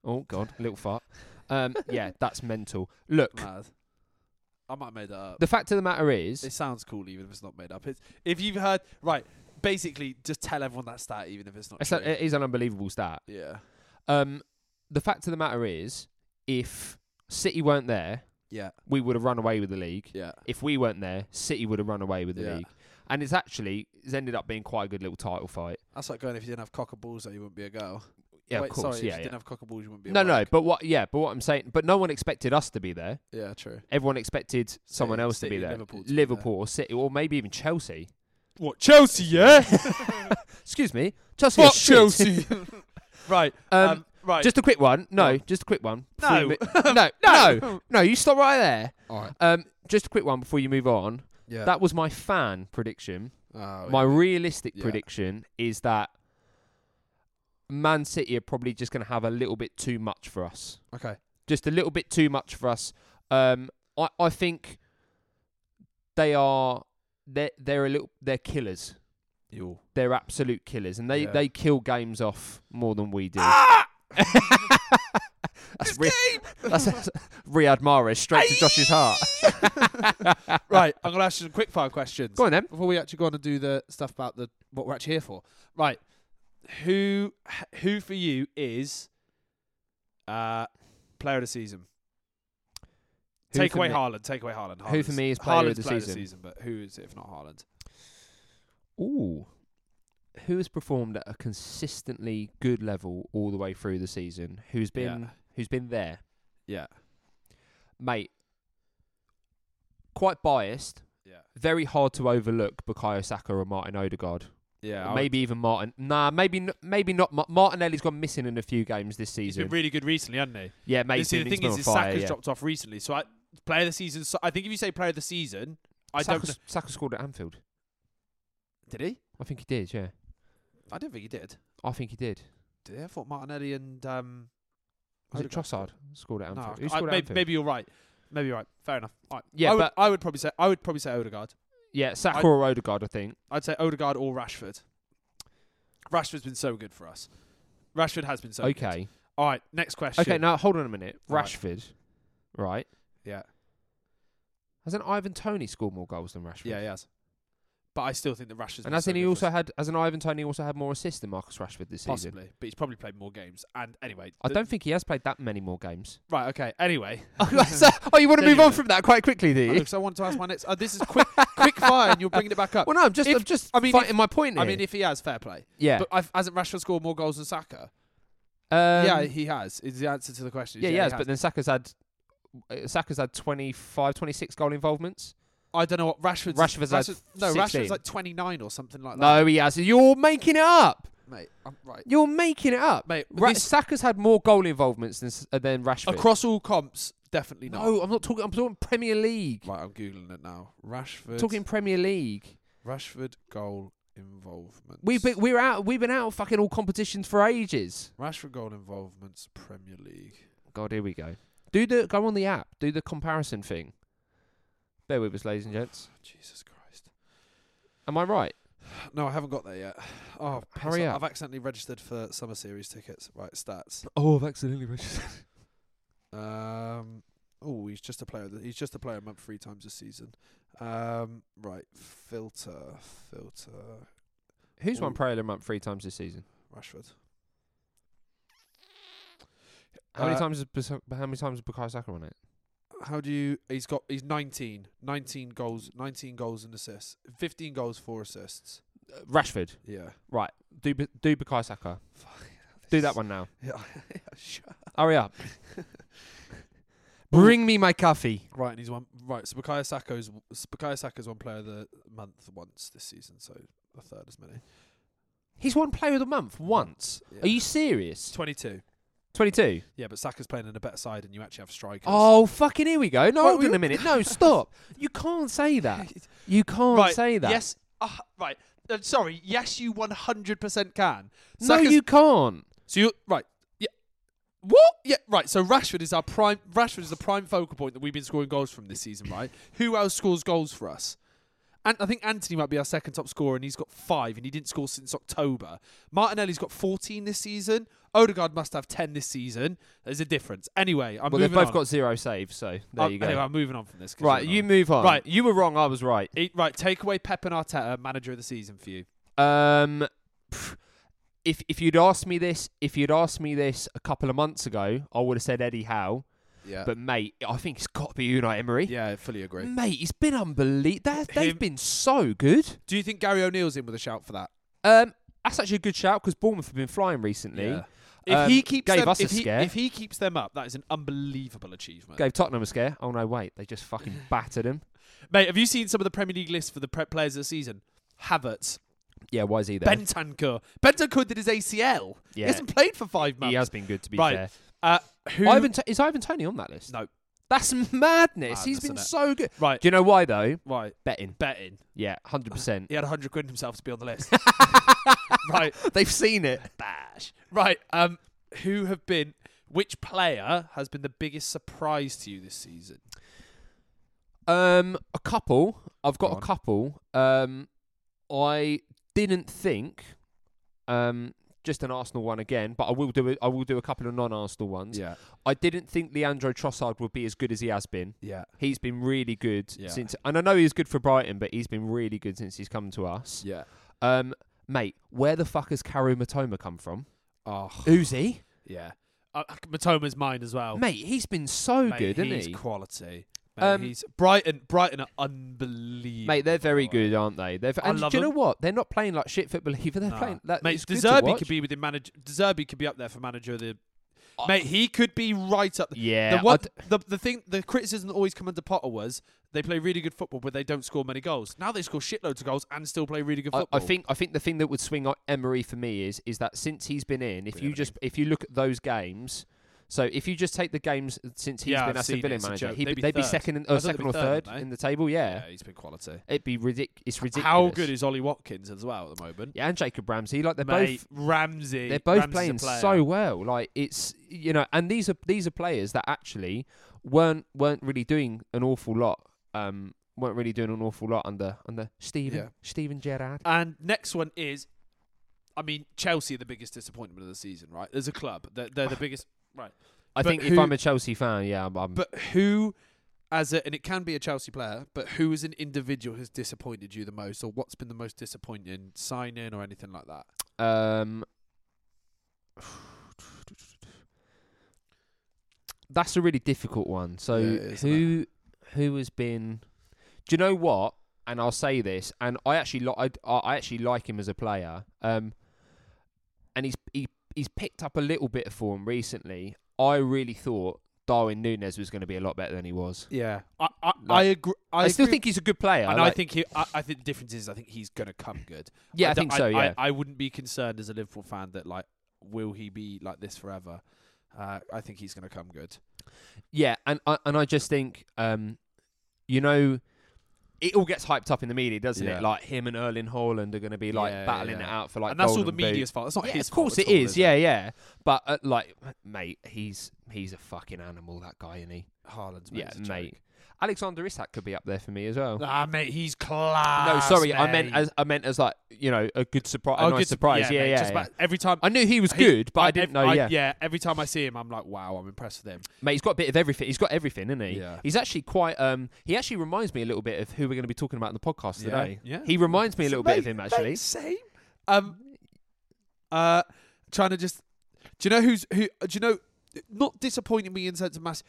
Oh, God. little fart. Um, yeah, that's mental. Look, Mad. I might have made that up. The fact of the matter is, it sounds cool, even if it's not made up. It's, if you've heard, right, basically just tell everyone that stat, even if it's not it's true. a, it is an unbelievable stat. yeah. Um, the fact of the matter is, if City weren't there, Yeah. we would have run away with the league. Yeah. If we weren't there, City would have run away with the Yeah. league. And it's actually it's ended up being quite a good little title fight. That's like going if you didn't have cock and balls, though, you wouldn't be a girl. Yeah, Wait, of course. Sorry, if yeah, you yeah. didn't have cock and balls, you wouldn't be a No, no, wank. but what? Yeah, but what I'm saying, but no one expected us to be there. Yeah, true. Everyone expected someone City- else to City, be there. Liverpool to be Liverpool or City, or maybe even Chelsea. What, Chelsea, yeah? Excuse me, *laughs* Chelsea. are Fuck shit. Chelsea. *laughs* right. Um, *laughs* Um, right. Just a quick one. No, Go on. just a quick one. before you no. mo- *laughs* no, no, no. You stop right there. All right. Um, just a quick one before you move on. Yeah. That was my fan prediction. oh, my realistic Yeah. prediction is that Man City are probably just going to have a little bit too much for us. okay. Just a little bit too much for us. Um, I I think they are they they're a little they're killers. You. They're absolute killers, and they Yeah. Ah! they kill games off more than we do. *laughs* *laughs* that's, Ri- that's, that's Riyad Mahrez straight to Josh's heart. *laughs* right. I'm gonna ask you some quick fire questions Go on then. before we actually go on and do the stuff about the what we're actually here for. Right. Who who for you is uh player of the season? Who take for away me- Haaland. Take away Haaland. Who for Haaland's- me is player of Haaland's the player season? But who is it if not Haaland? Ooh. Who has performed at a consistently good level all the way through the season? Who's been who's been there? Yeah. Mate, quite biased. Yeah. Very hard to overlook Bukayo Saka or Martin Odegaard. Yeah. Maybe maybe even Martin. Nah, maybe n- maybe not. Ma- Martinelli's gone missing in a few games this he's season. been really good recently, hasn't he? yeah, mate. You he's see, the been- he's thing is, been is on fire, Saka's yeah. dropped off recently. So I player of the season. So I think if you say player of the season, I Saka, don't. know- Saka scored at Anfield. Did he? I think he did. Yeah, I don't think he did. I think he did. Did he? I thought Martinelli and um. Was it Odegaard Trossard scored at No, Anfield? I- Who I, scored at may- Anfield? maybe you're right. Maybe you're right. Fair enough. All right. Yeah, I would, but- I would probably say I would probably say Odegaard. Yeah, Saka I- or Odegaard, I think. I'd say Odegaard or Rashford. Rashford's been so good for us. Rashford has been so good. okay. All right. Next question. Okay, now hold on a minute. Right. Rashford, right? Yeah. Hasn't Ivan Tony scored more goals than Rashford? Yeah, he has. But I still think that Rashford's. been And hasn't so he good also for us. had? Hasn't Ivan Tony also had more assists than Marcus Rashford this season? possibly? But he's probably played more games. And anyway, I the- don't think he has played that many more *laughs* games. Right. Okay. Anyway. *laughs* So- oh, you want to move on Genuinely. from that quite quickly, do you? Because I wanted to ask my next. Uh, this is *laughs* quick, quick fire, and you're bringing it back up. Well, no, I'm just, If- I'm just, I I mean, mean, if- fighting my point. I here. mean, if he has, fair play. yeah, But I've, hasn't Rashford scored more goals than Saka? um, yeah, he has. Is the answer to the question? yeah, he he has, has. But then Saka's had, uh, Saka's had 25, 26 goal involvements. I don't know what Rashford's. Rashford's had no, 16. Rashford's like 29 or something like that. No, he has. You're making it up. mate, I'm right. You're making it up. Mate, Ra- this- Saka's had more goal involvements than S- uh, than Rashford. Across all comps, definitely not. No, I'm not talking. I'm talking Premier League. Right, I'm googling it now. Rashford. I'm talking Premier League. Rashford goal involvements. We've been we're out. We've been out of fucking all competitions for ages. Rashford goal involvements Premier League. God, here we go. Do the go on the app. Do the comparison thing. Bear with us, ladies and gents. Oh, Jesus Christ. Am I right? No, I haven't got there yet. Oh, piss Hurry off. up. I've accidentally registered for summer series tickets. Right, stats. Oh, I've accidentally registered. Um. Oh, he's just a player. that- He's just a player a month three times a season. Um. Right. Filter. Filter. Who's won Ooh. Player of the Month three times this season? Rashford. How many Uh, times? Has, Bus- how many times has Bukayo Saka won it? How do you? He's got. He's 19. 19 goals. 19 goals and assists. 15 goals, four assists. Uh, Rashford. Yeah. Right. Do Bu- do Bukayo Saka. Do that one *laughs* now. Yeah. sure. Hurry *laughs* up. Bring me my coffee. Right, and he's one. Right, so Bukayo Saka's Bukayo Saka's one player of the month once this season, so a third as many. He's won Player of the Month once. Yeah. Are you serious? 22? Twenty-two. Yeah, but Saka's playing in a better side, and you actually have strikers. *laughs* Oh, fucking here we go. No, Well, hold we- on a minute. *laughs* No, stop. You can't say that. You can't right, say that. Yes, uh, right. Uh, sorry, yes, you 100% can. No, Saka's- you can't. So you right. Yeah. What? Yeah, right. So Rashford is our prime. *laughs* Rashford is the prime focal point that we've been scoring goals from this season, right? Who else scores goals for us? and I think Anthony might be our second top scorer, and he's got five, and he didn't score since October. Martinelli's got 14 this season. Odegaard must have 10 this season. There's a difference. Anyway, I'm well, they've moving both on. got zero saves, so there I'm- you go. Anyway, I'm moving on from this. 'cause right, you're you not. move on. Right. you were wrong. I was right. It- right, take away Pep and Arteta, manager of the season for you. Um, *sighs* pff, if if you'd asked me this, if you'd asked me this a couple of months ago, I would have said Eddie Howe. Yeah, But mate, I think it's got to be Unai Emery. yeah, I fully agree. Mate, he's been unbelievable. Him- They've been so good. Do you think Gary O'Neill's in with a shout for that? Um, that's actually a good shout because Bournemouth have been flying recently. If Um, he keeps gave them, us a if, he, scare. if he keeps them up, that is an unbelievable achievement. Gave Tottenham a scare. Oh no, wait, they just *sighs* fucking battered him. Mate, have you seen some of the Premier League lists for the pre- players of the season? Havertz, Yeah, why is he there? Bentancur. Bentancur did his ACL. yeah, He hasn't played for five months. he has been good to be Right, fair. Uh, who? Ivan T- is Ivan Tony on that list? No. that's madness. Madness, He's been innit? so good. right, Do you know why though? right. Betting. Betting. Yeah, hundred percent. *laughs* He had 100 quid himself to be on *laughs* the list. right, They've seen it. bash. Right, um, who have been? Which player has been the biggest surprise to you this season? Um, a couple. I've got Go a on. couple. Um, I didn't think. Um, just an Arsenal one again, but I will do it. I will do a couple of non-Arsenal ones. Yeah, I didn't think Leandro Trossard would be as good as he has been. yeah, He's been really good Yeah. since, and I know he's good for Brighton, but he's been really good since he's come to us. yeah. Um, mate, where the fuck has Karu Matoma come from? Oh, Who's he? yeah. Uh, Matoma's mine as well. Mate, he's been so Mate, good, isn't he's he? quality. Mate, Um, he's Brighton. Brighton are unbelievable. Mate, they're very good, aren't they? They're, I and love do you know them. what? They're not playing like shit football either. They're Nah. playing. That, mate, it's good to Deserbi watch. could be within manager. Deserbi could be up there for manager of the. I- Mate, he could be right up. Uh, The, Yeah, the, one, I'd- the the thing, the criticism that always come under Potter was they play really good football, but they don't score many goals. Now they score shitloads of goals and still play really good I, football. I think I think the thing that would swing o- Emery for me is is that since he's been in, if Yeah, you I just if you look at those games, so if you just take the games since he's Yeah, been I've Aston seen Villa it, it's a manager, joke. he'd be- They'd be they'd be third. second in, I or thought they'd second be or third, third wouldn't they? in the table. Yeah, Uh, he's been quality. it'd be ridic- It's ridiculous. How good is Ollie Watkins as well at the moment? yeah, and Jacob Ramsey, like they're Mate, both Ramsey. they're both Ramsey's a playing player. so well. Like it's you know, and these are these are players that actually weren't weren't really doing an awful lot. Um, weren't really doing an awful lot under under Steven Yeah. Uh, Steven Gerrard. And next one is, I mean, Chelsea are the biggest disappointment of the season, right? There's a club. They're, they're *sighs* the biggest. Right. I But think if who- I'm a Chelsea fan, yeah, I'm, I'm But who, as a, and it can be a Chelsea player, but who as an individual has disappointed you the most, or what's been the most disappointing sign in or anything like that? Um, that's a really difficult one. So Yeah, it is, isn't who who has been? Do you know what? And I'll say this, and I actually li- I, I actually like him as a player. Um, and he's he, he's picked up a little bit of form recently. I really thought Darwin Nunes was going to be a lot better than he was. Yeah, I I, I Like- agree. I, I, still agree- think he's a good player. and I like- think he, I, I think the difference is, I think he's gonna come good. yeah, I, d- think so. yeah, I, I wouldn't be concerned as a Liverpool fan that like, will he be like this forever? Uh, I think he's gonna come good. Yeah, and I and I just think, um, you know, it all gets hyped up in the media, doesn't Yeah. it? Like him and Erling Haaland are going to be like Yeah, battling yeah. it out for like. and that's all the Golden Boot. media's fault. That's not Yeah, his of course fault at it all, is. Yeah, yeah. But uh, like, mate, he's he's a fucking animal. That guy, isn't he? Haaland's yeah, mate. Alexander Isak could be up there for me as well. Ah, mate, he's class. no, sorry, I mate. meant as I meant as like you know a good surprise, Oh, a nice good- surprise. Yeah, mate, yeah. just yeah. about every time I knew he was he- good, but I, didn't ev- know. yeah. yeah. Every time I see him, I'm like, wow, I'm impressed with him. Mate, he's got a bit of everything. He's got everything, isn't he? Yeah. He's actually quite. Um, he actually reminds me a little bit of who we're going to be talking about in the podcast today. Yeah. He reminds me a So, little bit of mate, him actually. mate, same. Um, uh, trying to just. Do you know who's who? Do you know? Not disappointing me in sense of mass.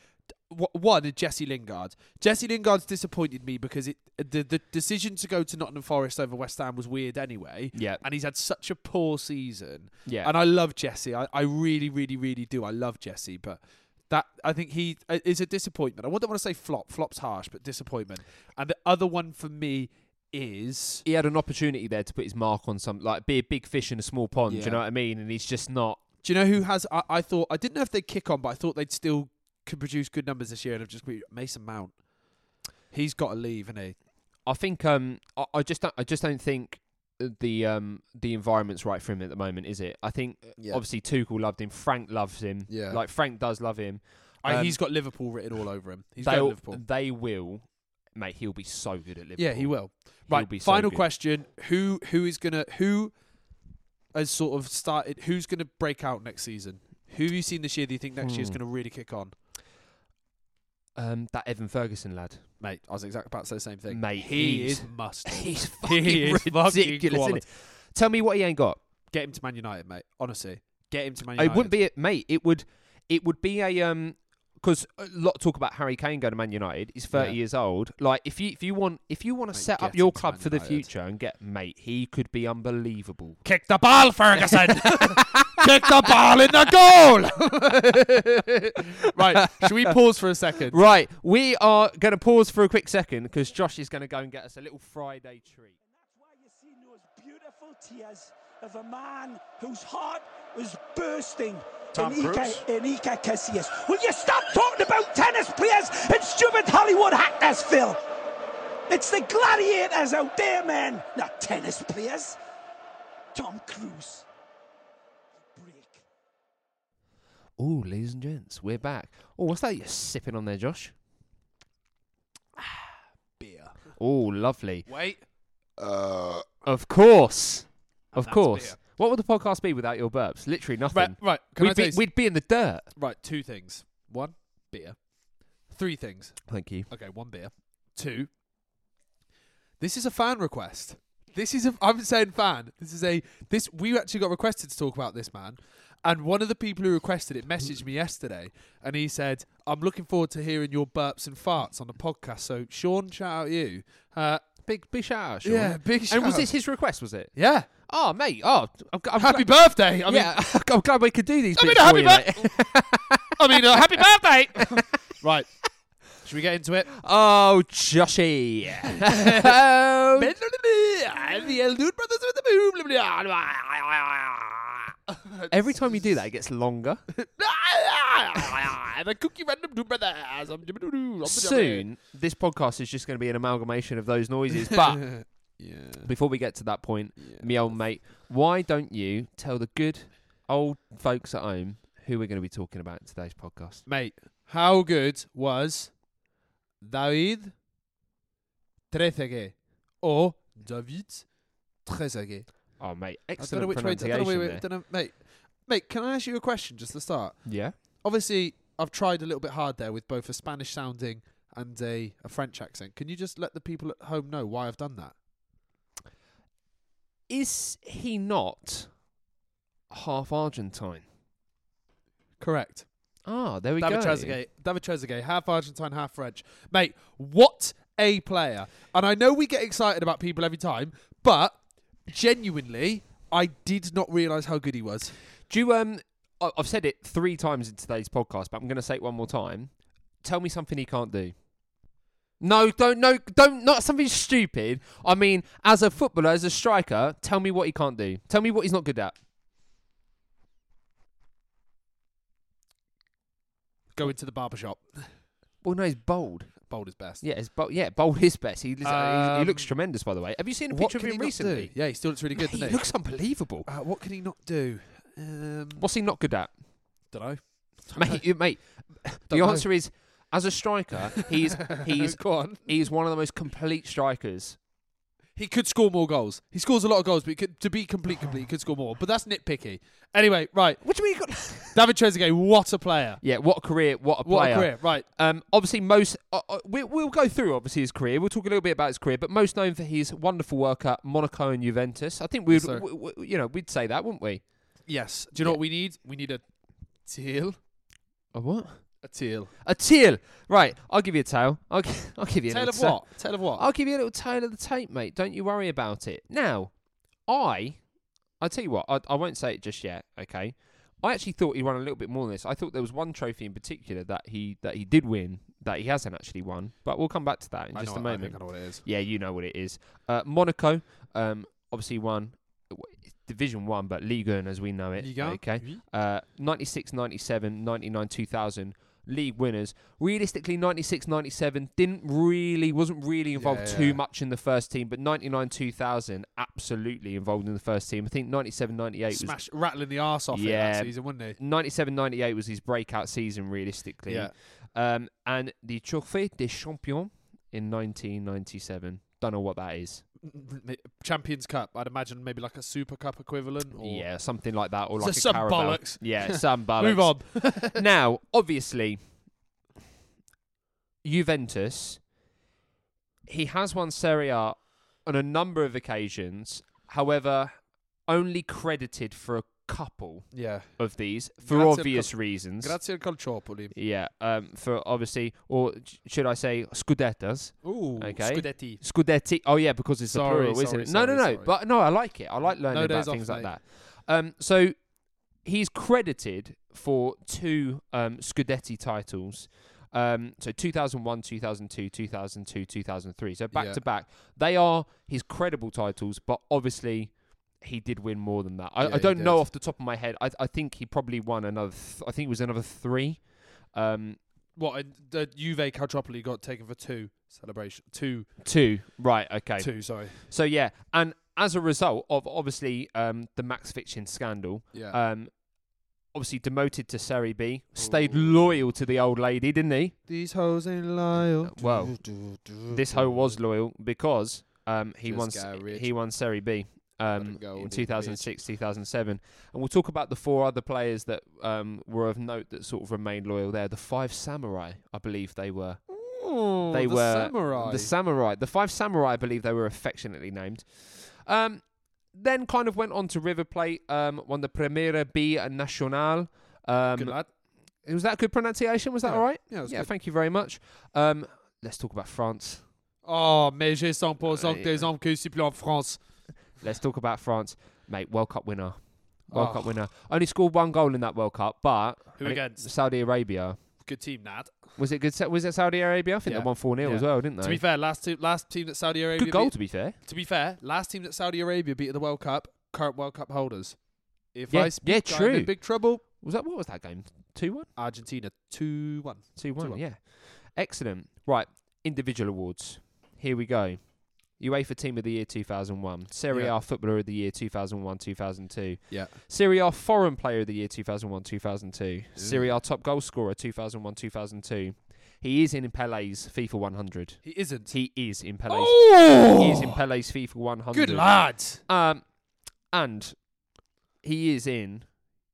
wh- One is Jesse Lingard. Jesse Lingard's disappointed me because it the the decision to go to Nottingham Forest over West Ham was weird anyway, Yeah, and he's had such a poor season. yeah. And I love Jesse. I, I really, really, really do. I love Jesse, but that I think he uh, is a disappointment. I wouldn't want to say flop. Flop's harsh, but disappointment. And the other one for me is he had an opportunity there to put his mark on some, like be a big fish in a small pond. Do Yeah. you know what I mean? And he's just not. do you know who has? I, I thought I didn't know if they'd kick on, but I thought they'd still could produce good numbers this year. And I've just Mason Mount. He's got to leave, and he I think. Um, I, I just don't. I just don't think the um the environment's right for him at the moment, is it? I think Yeah. obviously Tuchel loved him. Frank loves him. Yeah. Like Frank does love him. I, Um, he's got Liverpool written all over him. He's got They'll- Liverpool. They will. mate, he'll be so good at Liverpool. Yeah, he will. Right. be so final good. question: Who who is gonna who has sort of started? Who's gonna break out next season? Who have you seen this year? Do you think next year's Hmm. gonna really kick on? Um, that Evan Ferguson lad, Mate, I was exactly about to say the same thing. Mate, he he's- is *laughs* must. he's fucking *laughs* He is fucking ridiculous. isn't quality. it? Tell me what he ain't got. Get him to Man United, mate. Honestly, get him to Man It United. wouldn't be a mate. It would. It would be a um. Because a lot of talk about Harry Kane going to Man United. He's thirty Yeah. years old. Like if you if you want if you want Mate, to set up get your him to club Man for the United. future and get mate, he could be unbelievable. kick the ball, Ferguson. kick the ball in the *laughs* goal. right. Should we pause for a second? Right, we are going to pause for a quick second because Josh is going to go and get us a little Friday treat. And that's why you see those beautiful tears of a man whose heart was bursting. Tom in Iker, Cruise? in Iker Casillas. Will you stop talking about tennis players and stupid Hollywood hackers, Phil? It's the gladiators out there, man, not tennis players. Tom Cruise. Break. Oh, ladies and gents, we're back. Oh, what's that you're sipping on there, Josh? Beer. Oh, lovely. Wait. Of course, of that's course. beer. Oh, What would the podcast be without your burps? Literally nothing. Right. Right. Can we'd, I be, taste? we'd be in the dirt. Right. Two things. One, beer. Three things. Thank you. Okay, one beer. Two. This is a fan request. This is a I'm saying fan. This is a this we actually got requested to talk about this man. And one of the people who requested it messaged me yesterday and he said, I'm looking forward to hearing your burps and farts on the podcast. So Sean, shout out you. Uh Big big shout out, Sean. yeah, big shout And was out. this his request? Was it? Yeah. Oh, mate. Oh, I'm, I'm Happy glad, birthday. I mean *laughs* yeah, *laughs* I'm glad we could do these. I mean bits a for you, happy mate. *laughs* I mean uh, happy birthday. *laughs* right. Should we get into it? Oh, *laughs* Joshy. Um, Every time you do that, it gets longer. I'm a Ah, cookie random two brothers. Um, I'm jibba doo doo, I'm the jibba. Soon, this podcast is just going to be an amalgamation of those *laughs* noises. But *laughs* Yeah. before we get to that point, me old mate, why don't you tell the good old folks at home who we're going to be talking about in today's podcast? Mate, how good was David Trezeguet or David Trezeguet? Oh, mate, I don't excellent know which way. I don't know, pronunciation wait, wait, there. I don't know, mate. Mate, can I ask you a question just to start? Yeah. Obviously, I've tried a little bit hard there with both a Spanish sounding and a, a French accent. Can you just let the people at home know why I've done that? Is he not half Argentine? Correct. Ah, there we David go. Trezeguet, David Trezeguet, half Argentine, half French. Mate, what a player! And I know we get excited about people every time, but genuinely, I did not realise how good he was. Do you, um, I- I've said it three times in today's podcast, but I'm going to say it one more time. Tell me something he can't do. No, don't, no, don't, not something stupid. I mean, as a footballer, as a striker, tell me what he can't do. Tell me what he's not good at. Go into the barbershop. Well, no, he's bold. Bold is best. Yeah, he's bold. Yeah, bold is best. He, uh, he, he Um, looks tremendous, by the way. Have you seen a What picture can of he him not recently? do? Yeah, he still looks really Mate, good. he doesn't looks unbelievable. Uh, what can he not do? Um, What's he not good at? don't know. Mate, you, mate the Don't know. answer is, as a striker, he's, *laughs* he's, Go on. he's one of the most complete strikers He could score more goals. He scores a lot of goals, but he could, to be complete, complete, he could score more. But that's nitpicky. Anyway, right. What do you mean? You got... David Trezeguet, what a player! yeah, what a career! What a player! What a career! Right. Um, obviously, most uh, uh, we, we'll go through obviously his career. We'll talk a little bit about his career, but most known for his wonderful work at Monaco and Juventus. I think we'd, Yes, sir. w- w- you know, we'd say that, wouldn't we? Yes. Do you know what we need? We need a teal. A what? A teal. A tail. Right, I'll give you a tail. I'll, gi- *laughs* I'll give you a Oh, Tale little of ta- what? Tale of what? I'll give you a little tail of the tape, mate. Don't you worry about it. Now, I, I tell you what, I, I won't say it just yet. Okay, I actually thought he won a little bit more than this. I thought there was one trophy in particular that he that he did win that he hasn't actually won, but we'll come back to that in I just know- a I moment. think I know what it is. Yeah, you know what it is. Uh, Monaco, um, obviously won uh, w- Division One, but Ligue 1 as we know it. Ligue 1? Okay. Oui. Uh, 96, 97, 99, 2000 league winners. Realistically, 96, 97 didn't really, wasn't really involved Yeah, yeah. too much in the first team, but 99, 2000 absolutely involved in the first team. I think 97, 98 was. Smash rattling the arse off it Yeah. that season, wouldn't he? 97 98 was his breakout season, realistically. Yeah. Um, and the Trophée des Champions in 1997. Don't know what that is. Champions Cup. I'd imagine maybe like a Super Cup equivalent. Or yeah, something like that, or So like a some Carabao. bollocks. *laughs* Yeah, some bollocks. Move on. now, obviously, Juventus, he has won Serie A on a number of occasions. However, only credited for a couple Yeah. of these for Grazie al obvious reasons. Grazie al Calciopoli. yeah, um, for obviously, or sh- should I say, scudettas, Ooh, Okay. Scudetti. scudetti. Oh yeah, because it's Sorry, a plural, sorry, isn't it? No, no, no. sorry, sorry. But no, I like it. I like learning No about days off, things like mate. that. Um, so he's credited for two um, scudetti titles. Um, so 2001, 2002, 2002, 2003. So back Yeah. to back, they are his credible titles. But obviously, he did win more than that. I, Yeah, I he don't know did. off the top of my head. I, I think he probably won another. Th- I think it was another three. Um, What? and The Juve Calciopoli got taken for two celebration. Two. two. Right. Okay. Two. Sorry. So yeah, and as a result of obviously um, the Max Fitchin scandal, Yeah. um, obviously demoted to Serie B, stayed Ooh. loyal to the old lady, didn't he? These hoes ain't loyal. Well, This hoe was loyal because um, he This won guy rich. he won Serie B him um, go, in this 2006, 2007, and we'll talk about the four other players that um, were of note that sort of remained loyal there. The five samurai, I believe they were. Ooh, they the were samurai. the samurai. The five samurai, I believe they were affectionately named. Um, then kind of went on to River Plate, um, won the Primera B and Nacional. Good Um, lad. was that good pronunciation? Was that Yeah. all right? Yeah. It was yeah, good. thank you very much. Um, let's talk about France. Oh, mais j'ai 100% Uh, des hommes qui supplient en France. Let's talk about France, mate. World Cup winner. World Oh. Cup winner. Only scored one goal in that World Cup, but Who and it- against? Saudi Arabia. Good team, Nad. Was it good? sa- Was it Saudi Arabia? I think Yeah. they won four 0 as Yeah. well, didn't they? To be fair, last team, last team that Saudi Arabia good goal, beat- to be fair. To be fair, last team that Saudi Arabia beat at the World Cup, current World Cup holders. If Yeah, I speak, yeah, I'm true. in big trouble. Was that what was that game? Two one. Argentina two one. Two one, 2-1. yeah. Excellent. Right, individual awards. Here we go. UEFA Team of the Year 2001, Serie Yeah. A Footballer of the Year 2001 2002, Yeah. Serie A Foreign Player of the Year 2001 2002, Serie Ooh. A Top Goal Scorer 2001 2002. He is in Pele's FIFA 100. He isn't. He is in Pele's. Oh, He is in Pele's FIFA 100. good lad. Um, and he is in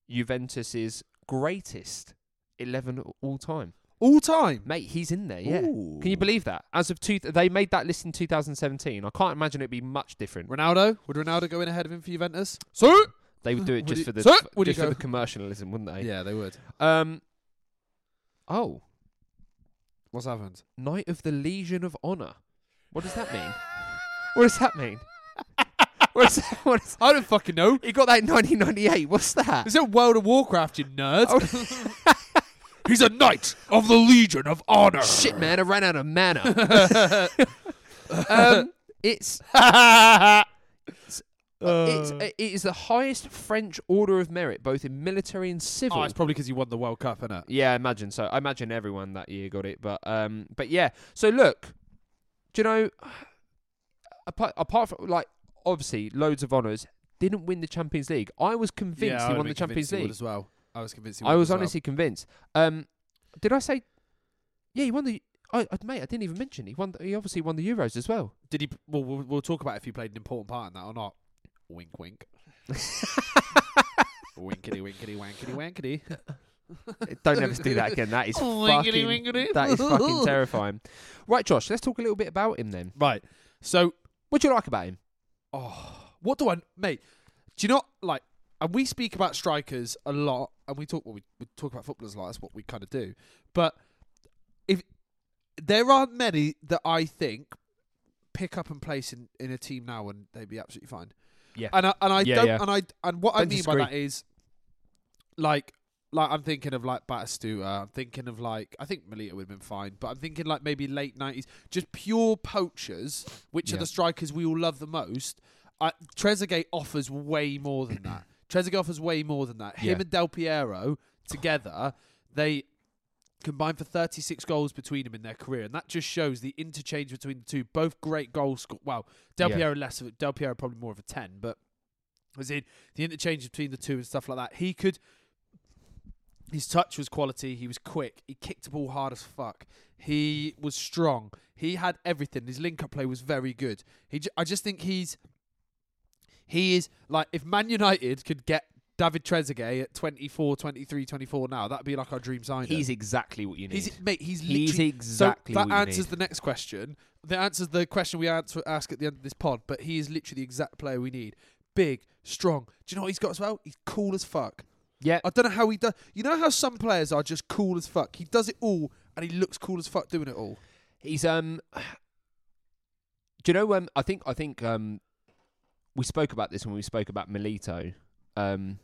Juventus's greatest 11 all time. All time. Mate, he's in there, yeah. Ooh. Can you believe that? As of two, they made that list in 2017. I can't imagine it'd be much different. Ronaldo? Would Ronaldo go in ahead of him for Juventus? So They would do it Would just he- for the Sir, f- would he just for go? the commercialism, wouldn't they? yeah, they would. Um. Oh, What's happened? Knight of the Legion of Honor. What does that mean? *laughs* what does that mean? *laughs* what is that? What is, I don't fucking know. he got that in 1998. What's that? Is it World of Warcraft, you nerd? Oh. *laughs* He's a knight of the Legion of *laughs* Honor. Shit, man! I ran out of mana. *laughs* um, *laughs* it's it's Uh. it is the highest French order of merit, both in military and civil. Oh, it's probably because he won the World Cup, innit? Yeah, I imagine so. I imagine everyone that year got it, but um, but yeah. So look, do you know? *sighs* Apart, apart from like obviously loads of honors, didn't win the Champions League. I was convinced yeah, he won the Champions League. as well. I was convinced. He would I was as well. honestly convinced. Um, did I say? Yeah, he won the. I, I mate, I didn't even mention he won. The, he obviously won the Euros as well. Did he? Well, well, we'll talk about if he played an important part in that or not. Wink, wink. Winkety, winkety, wankety, wankety. *laughs* Don't ever do that again. *laughs* That is Winkety, fucking. winkety. That is *laughs* fucking terrifying. Right, Josh. Let's talk a little bit about him then. *laughs* Right. So, What do you like about him? oh, what do I, mate? Do you not like? And we speak about strikers a lot, and we talk well, we, we talk about footballers a lot. That's what we kind of do. But if there aren't many that I think pick up and place in, in a team now, and they'd be absolutely fine. Yeah. and I, and I Yeah, don't yeah. and I and what I Don't mean disagree. by that is like like I'm thinking of like Batistuta, I'm thinking of like I think Melita would have been fine, but I'm thinking like maybe late nineties, just pure poachers, which Yeah. are the strikers we all love the most. I, Trezeguet offers way more *clears throat* than that. Trezeguet offers way more than that. Him Yeah. and Del Piero together, they combined for 36 goals between them in their career, and that just shows the interchange between the two. Both great goal sco- Well, Del Yeah. Piero less of it. Del Piero probably more of a 10, but was in the interchange between the two and stuff like that. He could His touch was quality. He was quick. He kicked the ball hard as fuck. He was strong. He had everything. His link-up play was very good. He, ju- I just think he's, he is like if Man United could get David Trezeguet at 24, 23, 24 now, that'd be like our dream signing. He's exactly what you need. He's mate. He's He's literally exactly So that what you answers need. the next question. That answers the question we answer, ask at the end of this pod. But he is literally the exact player we need. Big, strong. Do you know what he's got as well? He's cool as fuck. yeah, I don't know how he does. You know how some players are just cool as fuck. He does it all, and he looks cool as fuck doing it all. he's um. Do you know? Um, I think I think um, we spoke about this when we spoke about Milito, um,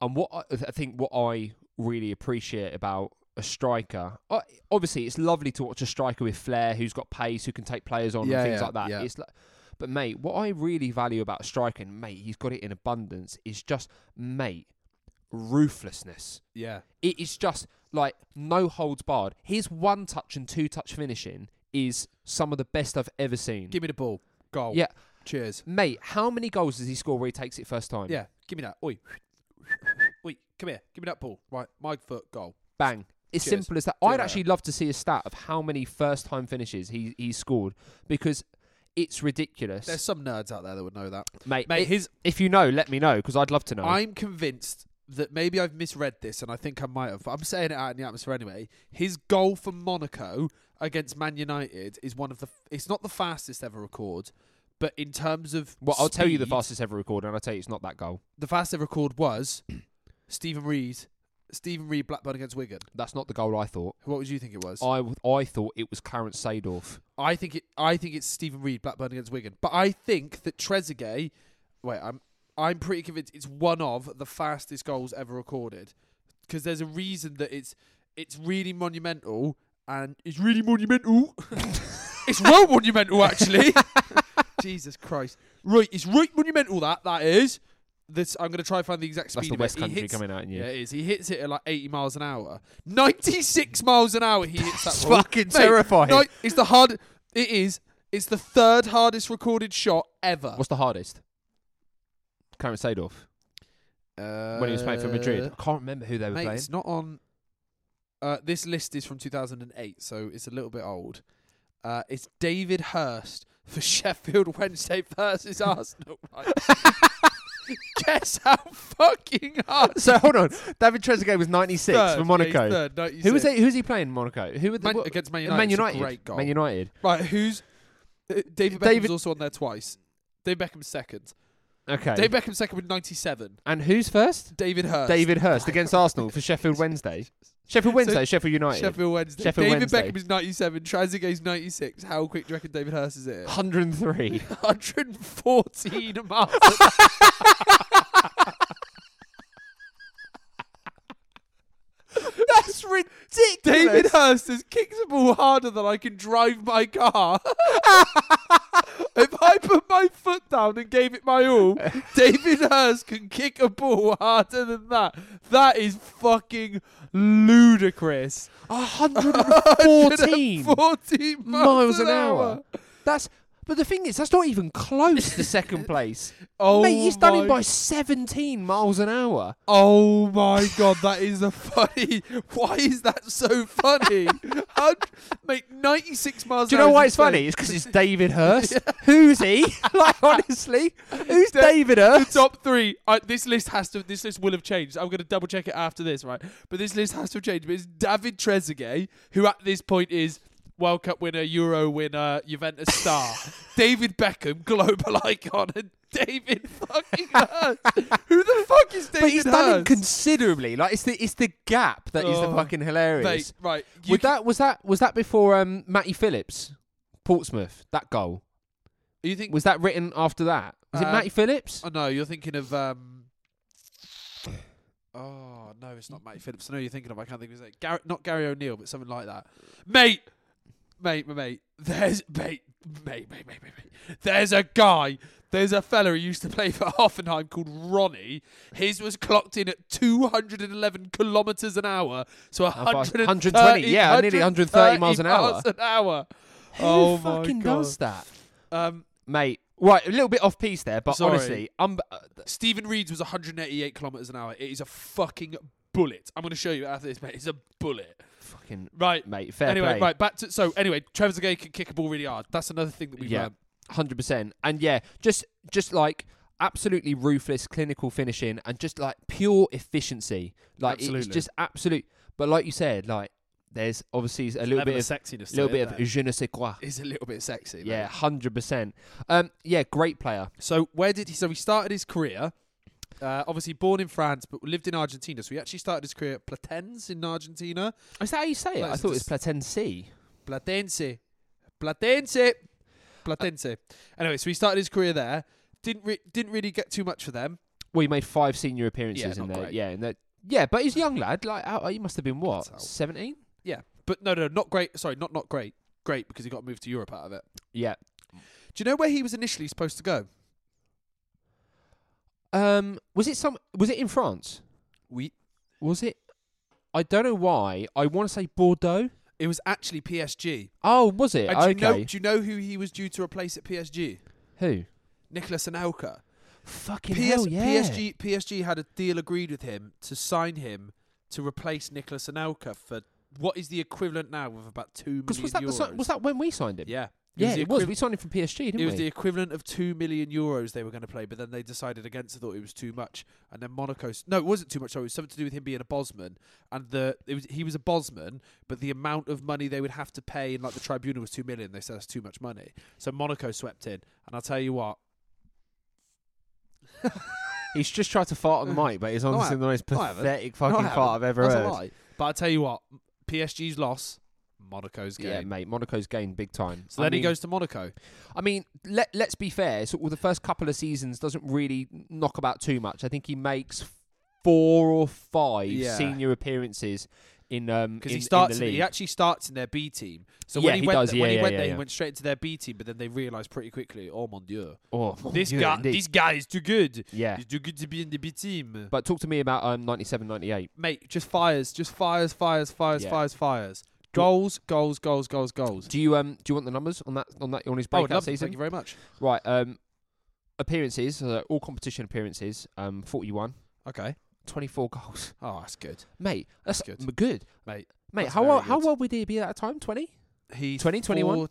and what I, I think what I really appreciate about a striker. o- Obviously, it's lovely to watch a striker with flair, who's got pace, who can take players on, Yeah, and things yeah, like that. yeah. It's like, but mate, what I really value about striking, mate, he's got it in abundance. Is just mate ruthlessness. Yeah, It is just like no holds barred. His one touch and two touch finishing is some of the best I've ever seen. give me the ball. Goal. yeah, Mm. Cheers. mate, how many goals does he score where he takes it first time? Yeah, give me that. Oi. Oi, come here. Give me that ball. Right, my foot. Goal. bang. It's Cheers. simple as that. See you I'd later. actually love to see a stat of how many first time finishes he he scored because it's ridiculous, There's some nerds out there that would know that. mate. Mate, it- his if you know, let me know because I'd love to know. I'm convinced that maybe I've misread this, and I think I might have. I'm saying it out in the atmosphere anyway. His goal for Monaco against Man United is one of the. It's not the fastest ever record, but in terms of well, I'll tell you the speed, fastest ever record, and I'll tell you it's not that goal. The fastest ever record was *clears throat* Stephen Reed. Stephen Reed Blackburn against Wigan. That's not the goal I thought. What would you think it was? I w- I thought it was Clarence Seedorf. I think it. I think it's Stephen Reed Blackburn against Wigan. But I think that Trezeguet. Wait, I'm. I'm pretty convinced it's one of the fastest goals ever recorded, because there's a reason that it's it's really monumental and it's really *laughs* monumental. it's well monumental actually. Jesus Christ! Right, it's right monumental that that is. This I'm gonna try and find the exact That's speed. the of it. West He Country hits- coming out in you. Yeah, it is. He hits it at like 80 miles an hour. *laughs* 96 miles an hour. He hits that. It's ball. fucking terrifying. No, it's the hard. It is. It's the third hardest recorded shot ever. What's the hardest? Clarence Seedorf Uh, when he was playing for Madrid. I can't remember who they were Mate, playing. it's not on. Uh, this list is from 2008, so it's a little bit old. Uh, it's David Hurst for *laughs* Sheffield Wednesday versus Arsenal. *laughs* Right? Guess how fucking hard. *laughs* So hold on, David Trezeguet was 96 Third, for yeah, Monaco. he's third, 96. Who was he? Who's he playing in Monaco? Who were the, Man, what- against Man United. Man it's a United. Great goal. Man United. Right, who's uh, David Beckham's David- also on there twice. David Beckham's second. Okay. David Beckham's second with 97. and who's first? David Hurst. David Hurst against Arsenal for Sheffield *laughs* Wednesday. Sheffield Wednesday. Sheffield United. Sheffield Wednesday. Sheffield David Wednesday. Beckham is 97. Trezeguet's 96. How quick do you reckon David Hurst *laughs* is it? 103. *laughs* *laughs* 114 miles. That's ridiculous. *laughs* David Hurst has kicked the ball harder than I can drive my *laughs* car. if I put my foot down and gave it my all, David Hurst can kick a ball harder than that. That is fucking ludicrous. *laughs* 114 14 miles an hour. That's. But the thing is, that's not even close to *laughs* second place. Oh Mate, he's done my- it by 17 miles an hour. *laughs* Oh my god, that is a funny. *laughs* Why is that so *laughs* funny? How, mate, 96 miles Do you an know hour why is it's funny? insane. It's because it's David *laughs* Hurst. Who's he? *laughs* like, honestly, who's David The Hurst? top three. I, this list has to. This list will have changed. I'm going to double check it after this, right? But this list has to have changed. But it's David Trezeguet, who at this point is World Cup winner, Euro winner, Juventus *laughs* star. David Beckham, global *laughs* icon, and *laughs* David fucking Hurst. who the fuck is David But he's Hurst? done it considerably. Like, it's the it's the gap that is Oh, the fucking hilarious. Mate, right? You Would that was that was that before um, Matty Phillips, Portsmouth? That goal can- you think? was that written after that? Was Uh, it Matty Phillips? Oh no, you're thinking of um. Oh no, it's not Matty Phillips. I know who you're thinking of. I can't think of his name. Gar- not Gary O'Neill, but something like that. Mate, mate, mate, mate. There's mate, mate, mate, mate, mate, mate. There's a guy. There's a fella who used to play for *laughs* Hoffenheim called Ronnie. His was clocked in at 211 kilometers an hour. So fast? 130, 120, yeah, nearly 130 miles an hour. an hour. Who oh my fucking God. does that, Um, mate? Right, a little bit off piece there, but Sorry. honestly, um, Stephen Reed's was 188 kilometers an hour. It is a fucking bullet. I'm going to show you after this, mate. It's a bullet. Fucking Right. mate, fair anyway, play. right back to so anyway, Trevor Zegay can kick a ball really hard. That's another thing that we Yeah. learned. hundred percent. And yeah, just just like absolutely ruthless clinical finishing and just like pure efficiency. Like it- it's Absolutely. just absolute. But like you said, like there's obviously a little bit of sexiness. little bit of je ne sais quoi. is a little bit sexy. Yeah, hundred percent. Um, yeah, great player. So where did he? So he started his career. Uh, obviously born in France, but lived in Argentina. So he actually started his career at Platense in Argentina. Is that how you say it? Like, I it's thought it was just- Platense. Platense, Platense, Platense. Anyway, so he started his career there. Didn't re- didn't really get too much for them. Well, he made five senior appearances Yeah, in not there. great. Yeah, in that. Yeah, but he's a young lad. Like how, he must have been That's how- what seventeen. Yeah, but no, no, not great. Sorry, not not great. Great because he got moved to Europe out of it. Yeah. Do you know where he was initially supposed to go? Um, was it some? Was it in France? We Was it? I don't know why. I want to say Bordeaux. it was actually PSG. Oh, was it? And okay. do you know do you know who he was due to replace at PSG? Who? Nicolas Anelka. Fucking PS- hell, yeah. PSG PSG had a deal agreed with him to sign him to replace Nicolas Anelka for what is the equivalent now of about two Because million was that the euros. si- was that when we signed him? yeah. yeah, the it was. equiv- We signed him from PSG, didn't it was we? the equivalent of two million euros they were going to play, but then they decided against it, thought it was too much, and then Monaco. s- No, it wasn't too much. Sorry, it was something to do with him being a Bosman, and the it was he was a Bosman, but the amount of money they would have to pay in like the tribunal was two million. They said that's too much money, so Monaco swept in, and I'll tell you what, He's just tried to fart on the mic, but it's *laughs* No, I honestly the most no, I haven't. pathetic No, I fucking haven't. fart I've ever that's a heard. lie. But I'll tell you what, PSG's loss, Monaco's gain. Yeah, mate, Monaco's gained big time. so I then he mean- goes to Monaco. I mean, let let's be fair. So, well, the first couple of seasons doesn't really knock about too much. I think he makes four or five Yeah. senior appearances in um because in- in he starts the in- league. he actually starts in their B team. So Yeah, when he, he went does. th- Yeah, when he yeah, went yeah, there, yeah. he went straight into their B team. But then they realised pretty quickly, oh mon dieu, oh, this yeah, guy, indeed. this guy is too good. yeah. He's too good to be in the B team. But But talk to me about um 97, 98. mate, just fires, just fires, fires, fires, Yeah. fires, fires. Goals, goals, goals, goals, goals. Do you um do you want the numbers on that on that on his Oh, I'd breakout love to, season? thank you very much. Right. Um, appearances, uh, all competition appearances. Um, 41, Okay. 24 goals. *laughs* Oh, that's good, Mate, that's, That's m- good. good. mate. Mate, That's how very old, how good. old would he be at that time? 20? He's 20, 21?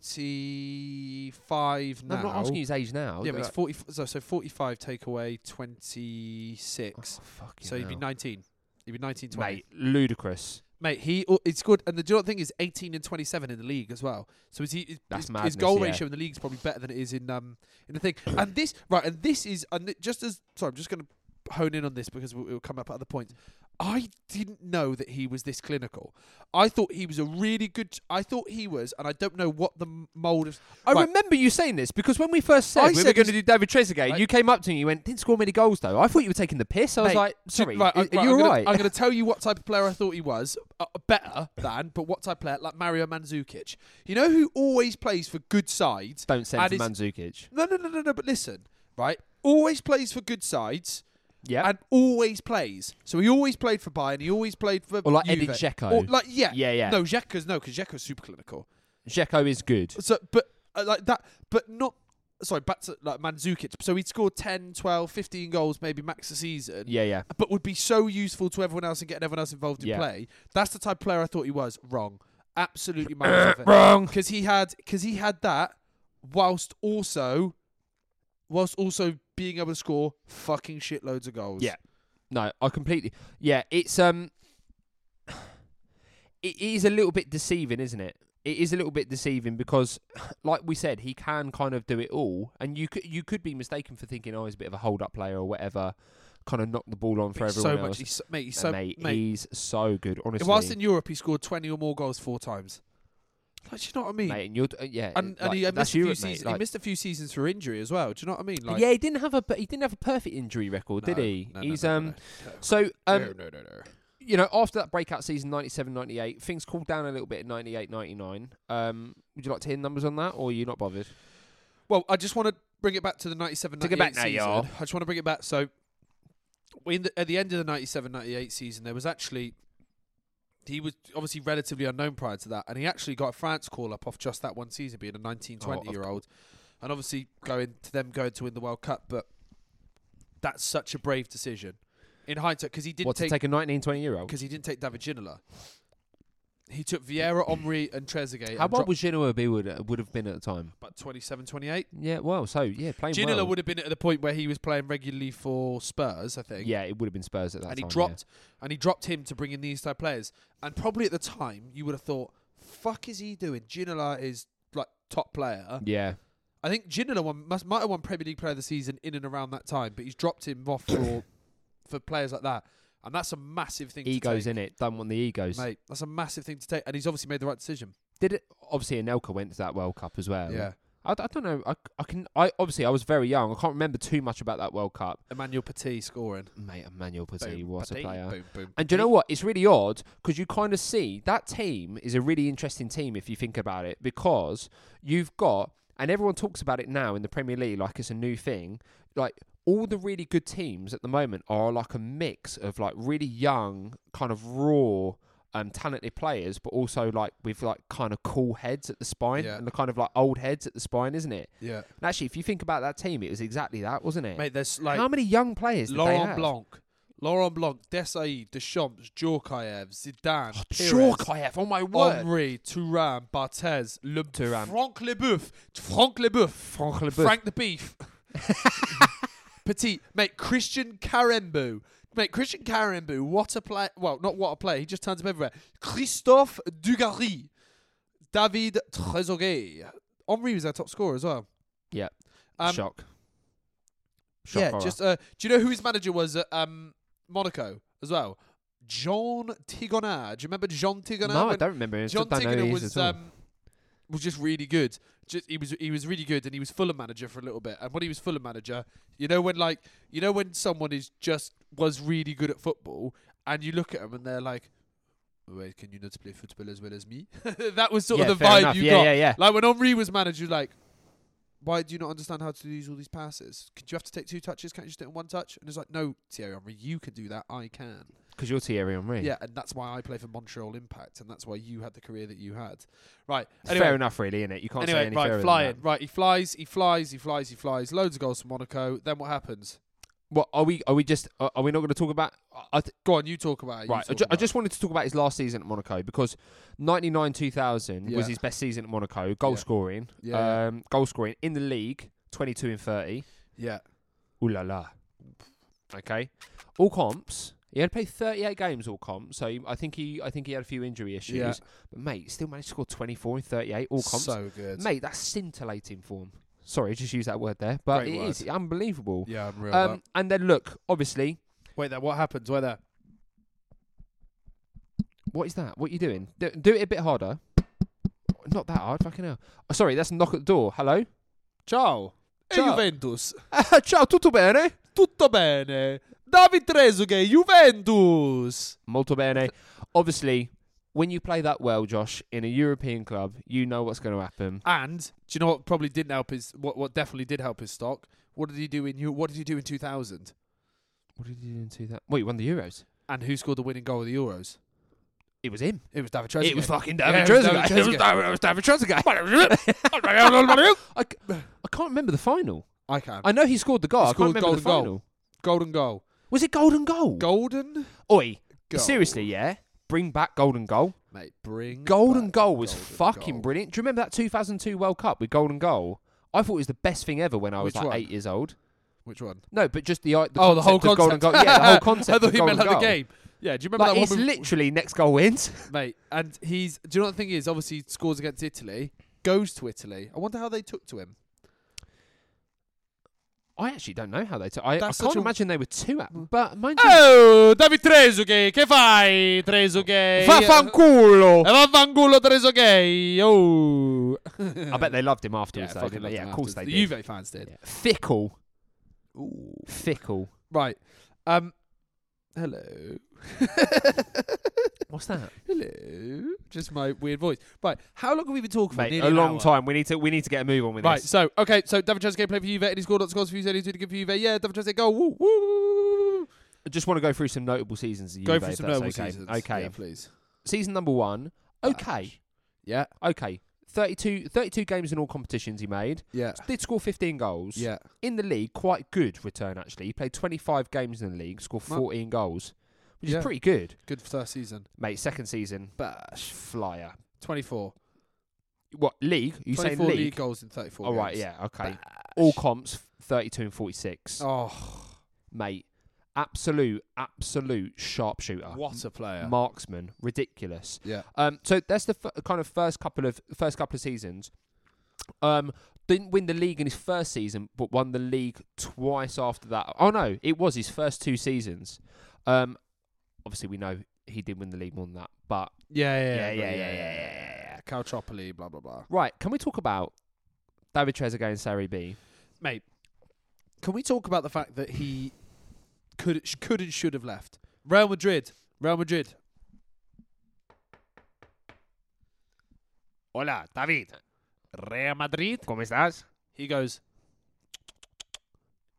45 now. No, I'm not asking his age now. Yeah, but he's Uh, 40. So, so 45 take away *laughs* 26. oh, fucking so he'd be hell. 19. He'd be 19, 20. Mate, ludicrous. Mate, he oh, it's good, and the do you know what thing is eighteen and twenty seven in the league as well. So is he? Is, That's his, madness, his goal yeah. ratio in the league is probably better than it is in um in the thing. and this right, and this is and it- just as sorry, I'm just going to hone in on this because we'll, it'll come up at other points. I didn't know that he was this clinical. I thought he was a really good. I thought he was, and I don't know what the m- mold of. I Right. remember you saying this because when we first said I we were said going to this- do David Trezeguet, Right. you came up to me and you went, didn't score many goals though. I thought you were taking the piss. I was Mate, like, So- sorry, right, i- I- are right, you I'm gonna, alright? *laughs* I'm going to tell you what type of player I thought he was, uh, better than, but what type of player like Mario Mandzukic. You know who always plays for good sides. Don't send and for is- Mandzukic. No, no, no, no, no. But listen, right? Always plays for good sides Yeah. and always plays. So he always played for Bayern. He always played for Or like Juve. Edin Dzeko. Or like yeah, Yeah, yeah. No, Dzekko's no, because Dzekko's super clinical. Dzeko is good. So, but uh, like that, but not. Sorry, back to like Mandzukic. So he'd score 10, 12, 15 goals maybe max a season Yeah, *coughs* yeah. but would be so useful to everyone else and getting everyone else involved in Yeah. play. That's the type of player I thought he was. Wrong. *coughs* Absolutely massive. Wrong. Because he had because he had that whilst also whilst also being able to score fucking shitloads of goals. Yeah. No, I completely. Yeah, it's um, it is a little bit deceiving, isn't it? It is a little bit deceiving because, *laughs* like we said, he can kind of do it all, and you could you could be mistaken for thinking, oh, he's a bit of a hold up player or whatever, kind of knock the ball on for He's everyone so much. else. He's so, mate, he's And so mate, mate. he's so good, honestly. whilst in Europe, he scored twenty or more goals four times. Like, do you know what I mean? mate, and you're uh, yeah, and and like, he, uh, that's missed a few Europe, mate, seasons, he like- missed a few seasons for injury as well. Do you know what I mean? Like, yeah, he didn't have a he didn't have a perfect injury record, did No, he? no, no, he's no, no, um, no. No. so um, no, no, no, no. you know, after that breakout season, 97, 98, things cooled down a little bit in 98, 99. Um, would you like to hear numbers on that, or are you not bothered? Well, I just want to bring it back to the 97 Take it back now, season. y'all. I just want to bring it back. So, in the, at the end of the 97 98 season, there was actually. He was obviously relatively unknown prior to that, and he actually got a France call up off just that one season, being a 19, Oh, 20 of year old, and obviously going to them going to win the World Cup. But that's such a brave decision in hindsight because he didn't What, to take take a 19, 20 year old? because he didn't take David Ginola. He took Vieira, Omri, and Trezeguet. How and old dropped was Genoa be would, uh, would have been at the time? about 27, 28? Yeah, well, so yeah, playing Ginola well. would have been at the point where he was playing regularly for Spurs, I think. Yeah, it would have been Spurs at that and he time. yeah. dropped and he dropped him to bring in these type players. And probably at the time you would have thought, "Fuck is he doing?" Ginola is like top player. Yeah. I think Ginola won, must might have won Premier League Player of the Season in and around that time, but he's dropped him off *coughs* for for players like that, and that's a massive thing. Egos to in it. Don't want the egos. take, mate. That's a massive thing to take, and he's obviously made the right decision. Did it? Obviously, Anelka went to that World Cup as well. yeah, I, I don't know. I, I can. I obviously I was very young. I can't remember too much about that World Cup. Emmanuel Petit scoring. Mate, Emmanuel Petit Boom, was a Petit, player. Boom, boom, And do you know Petit. what? It's really odd because you kind of see that team is a really interesting team if you think about it because you've got, and everyone talks about it now in the Premier League like it's a new thing. Like all the really good teams at the moment are like a mix of like really young, kind of raw, um, talented players, but also like with like kind of cool heads at the spine Yeah. and the kind of like old heads at the spine, isn't it? Yeah, And actually, if you think about that team, it was exactly that, wasn't it? mate. There's like How many young players? did they Laurent have? Blanc, Laurent Blanc, Desailly, Deschamps, Djorkaev, Zidane, Pires, Sure, Kayev. Oh my word. Henri, Turam, Barthez, Le Thuram. Franck Leboeuf, Franck Leboeuf, Franck Leboeuf. Frank the Beef, *laughs* Petit, mate, Christian Carembu. Mate, Christian Carembu, what a play. Well, not what a play. He just turns up everywhere. Christophe Dugarry, David Trezeguet. Henri was our top scorer as well. Yeah. Um, Shock. yeah, horror. just uh, do you know who his manager was at um, Monaco as well? Jean Tigonard. Do you remember Jean Tigonard? no, I When- don't remember. him. John don't know who Tigonard he is was at all. um, was just really good. Just he was he was really good, and he was Fulham manager for a little bit. And when he was Fulham manager, you know when like you know when someone is just was really good at football, and you look at them and they're like, "Wait, can you not play football as well as me?" *laughs* that was sort yeah, of the fair vibe enough. you yeah, got. Yeah, yeah, Like when Henri was manager, you're like, why do you not understand how to use all these passes? Could you have to take two touches? Can't you just do it in one touch? And it's like, no, Thierry Henry, you can do that. I can. Because you're Thierry Henry. Yeah, and that's why I play for Montreal Impact, and that's why you had the career that you had. Right. It's Anyway, fair enough, really, isn't it? You can't say anyway any fairer right, than flying. that. Right, he flies, he flies, he flies, he flies. Loads of goals for Monaco. Then what happens? What are we? Are we just? Are are we not going to talk about? I th- Go on, you talk about it. you right. I, talk ju- I about it. just wanted to talk about his last season at Monaco because ninety nine two thousand Yeah. was his best season at Monaco. Goal Yeah. scoring. Yeah, yeah. Um, goal scoring in the league. Twenty two and thirty. Yeah. Ooh la la. Okay. All comps. He had played 38 games all comps, so he, I think he I think he had a few injury issues. Yeah. But mate, still managed to score 24 and 38 all comps. So good. mate, that's scintillating form. Sorry, I just used that word there, but Great it word. is unbelievable. Yeah, I'm real. um, and then look, obviously, Wait there, what happens? Wait there. what is that? What are you doing? Do, do it a bit harder. Not that hard, fucking hell. Oh, sorry, that's a knock at the door. Hello. Ciao. Ciao. Juventus. Ciao, tutto bene? Tutto bene. David Trezeguet, Juventus. Molto bene. Obviously, when you play that well, Josh, in a European club, you know what's going to happen. And do you know what probably didn't help his what what definitely did help his stock? What did he do in you what did he do in two thousand? What did you do in 2000? Well, you won the Euros. And who scored the winning goal of the Euros? It was him. It was David Trezeguet. It was fucking Yeah, David it was Trezeguet. David It was David- it was David *laughs* Trezeguet. *laughs* I, c- I can't remember the final. I can. I know he scored the goal. He I can't scored remember the golden goal. final. golden goal. Was it golden goal? Golden Oi, goal. seriously, yeah. Bring back golden goal. Mate, bring Golden back goal was golden fucking goal. brilliant. Do you remember that 2002 World Cup with golden goal? I thought it was the best thing ever when I was Which like one? eight years old. Which one? No, but just the, i- the oh, the whole concept of concept. golden goal. Yeah, the *laughs* whole concept. I thought of he meant golden like the goal. game. Yeah, do you remember Like, that it's one? with- literally next goal *laughs* wins. mate. And he's. Do you know what the thing is? Obviously, he scores against Italy, goes to Italy. I wonder how they took to him. I actually don't know how they took. I, I That's can't such a- imagine they were two at. But mind you, Oh, David Trezeguet, che fai? Trezeguet. Vaffanculo! Vaffanculo Trezeguet. Oh. I *laughs* bet they loved him afterwards. Yeah, though, fucking didn't they? loved yeah him of course they afterwards. did. the Juve fans did. *laughs* Yeah. Fickle, Ooh. fickle. Right. Um. Hello. *laughs* What's that? Hello. Just my weird voice. Right. How long have we been talking for? Mate, Nearly a an long hour. time. We need to. We need to get a move on with Right. this. So okay. So David Trezeguet played for Juve, and he scored lots of goals for Juve. And he did good for Juve. Yeah, David Trezeguet. Go. Woo. Woo. I just want to go through some notable seasons. Of Go Juve, for if some that's notable Uh, okay. seasons. Okay. Yeah, please. Season number one. Okay. Yeah. Okay. 32, 32 games in all competitions he made. Yeah. Did score 15 goals. Yeah. In the league, quite good return, actually. He played 25 games in the league, scored Well- 14 goals, which Yeah. is pretty good. Good first season. Mate, second season, Bash. flyer. 24. What, league? You saying 24 league? league? goals in 34 All right, games. yeah, okay. Bash. All comps, 32 and 46. Oh, Mate, absolute, absolute sharpshooter. what a player. Marksman, ridiculous. yeah. Um, so that's the f- kind of first couple of first couple of seasons. Um, didn't win the league in his first season, but won the league twice after that. Oh no, it was his first two seasons. Um, obviously we know he did win the league more than that, but Yeah, yeah, yeah, yeah, yeah, yeah, yeah, yeah, yeah. Cal Tropoli, blah, blah, blah. right. Can we talk about David Trezeguet and Serie B? Mate, can we talk about the fact that he could, sh- could and should have left? Real Madrid. Real Madrid. Hola, David. Real Madrid. ¿Cómo estás? He goes,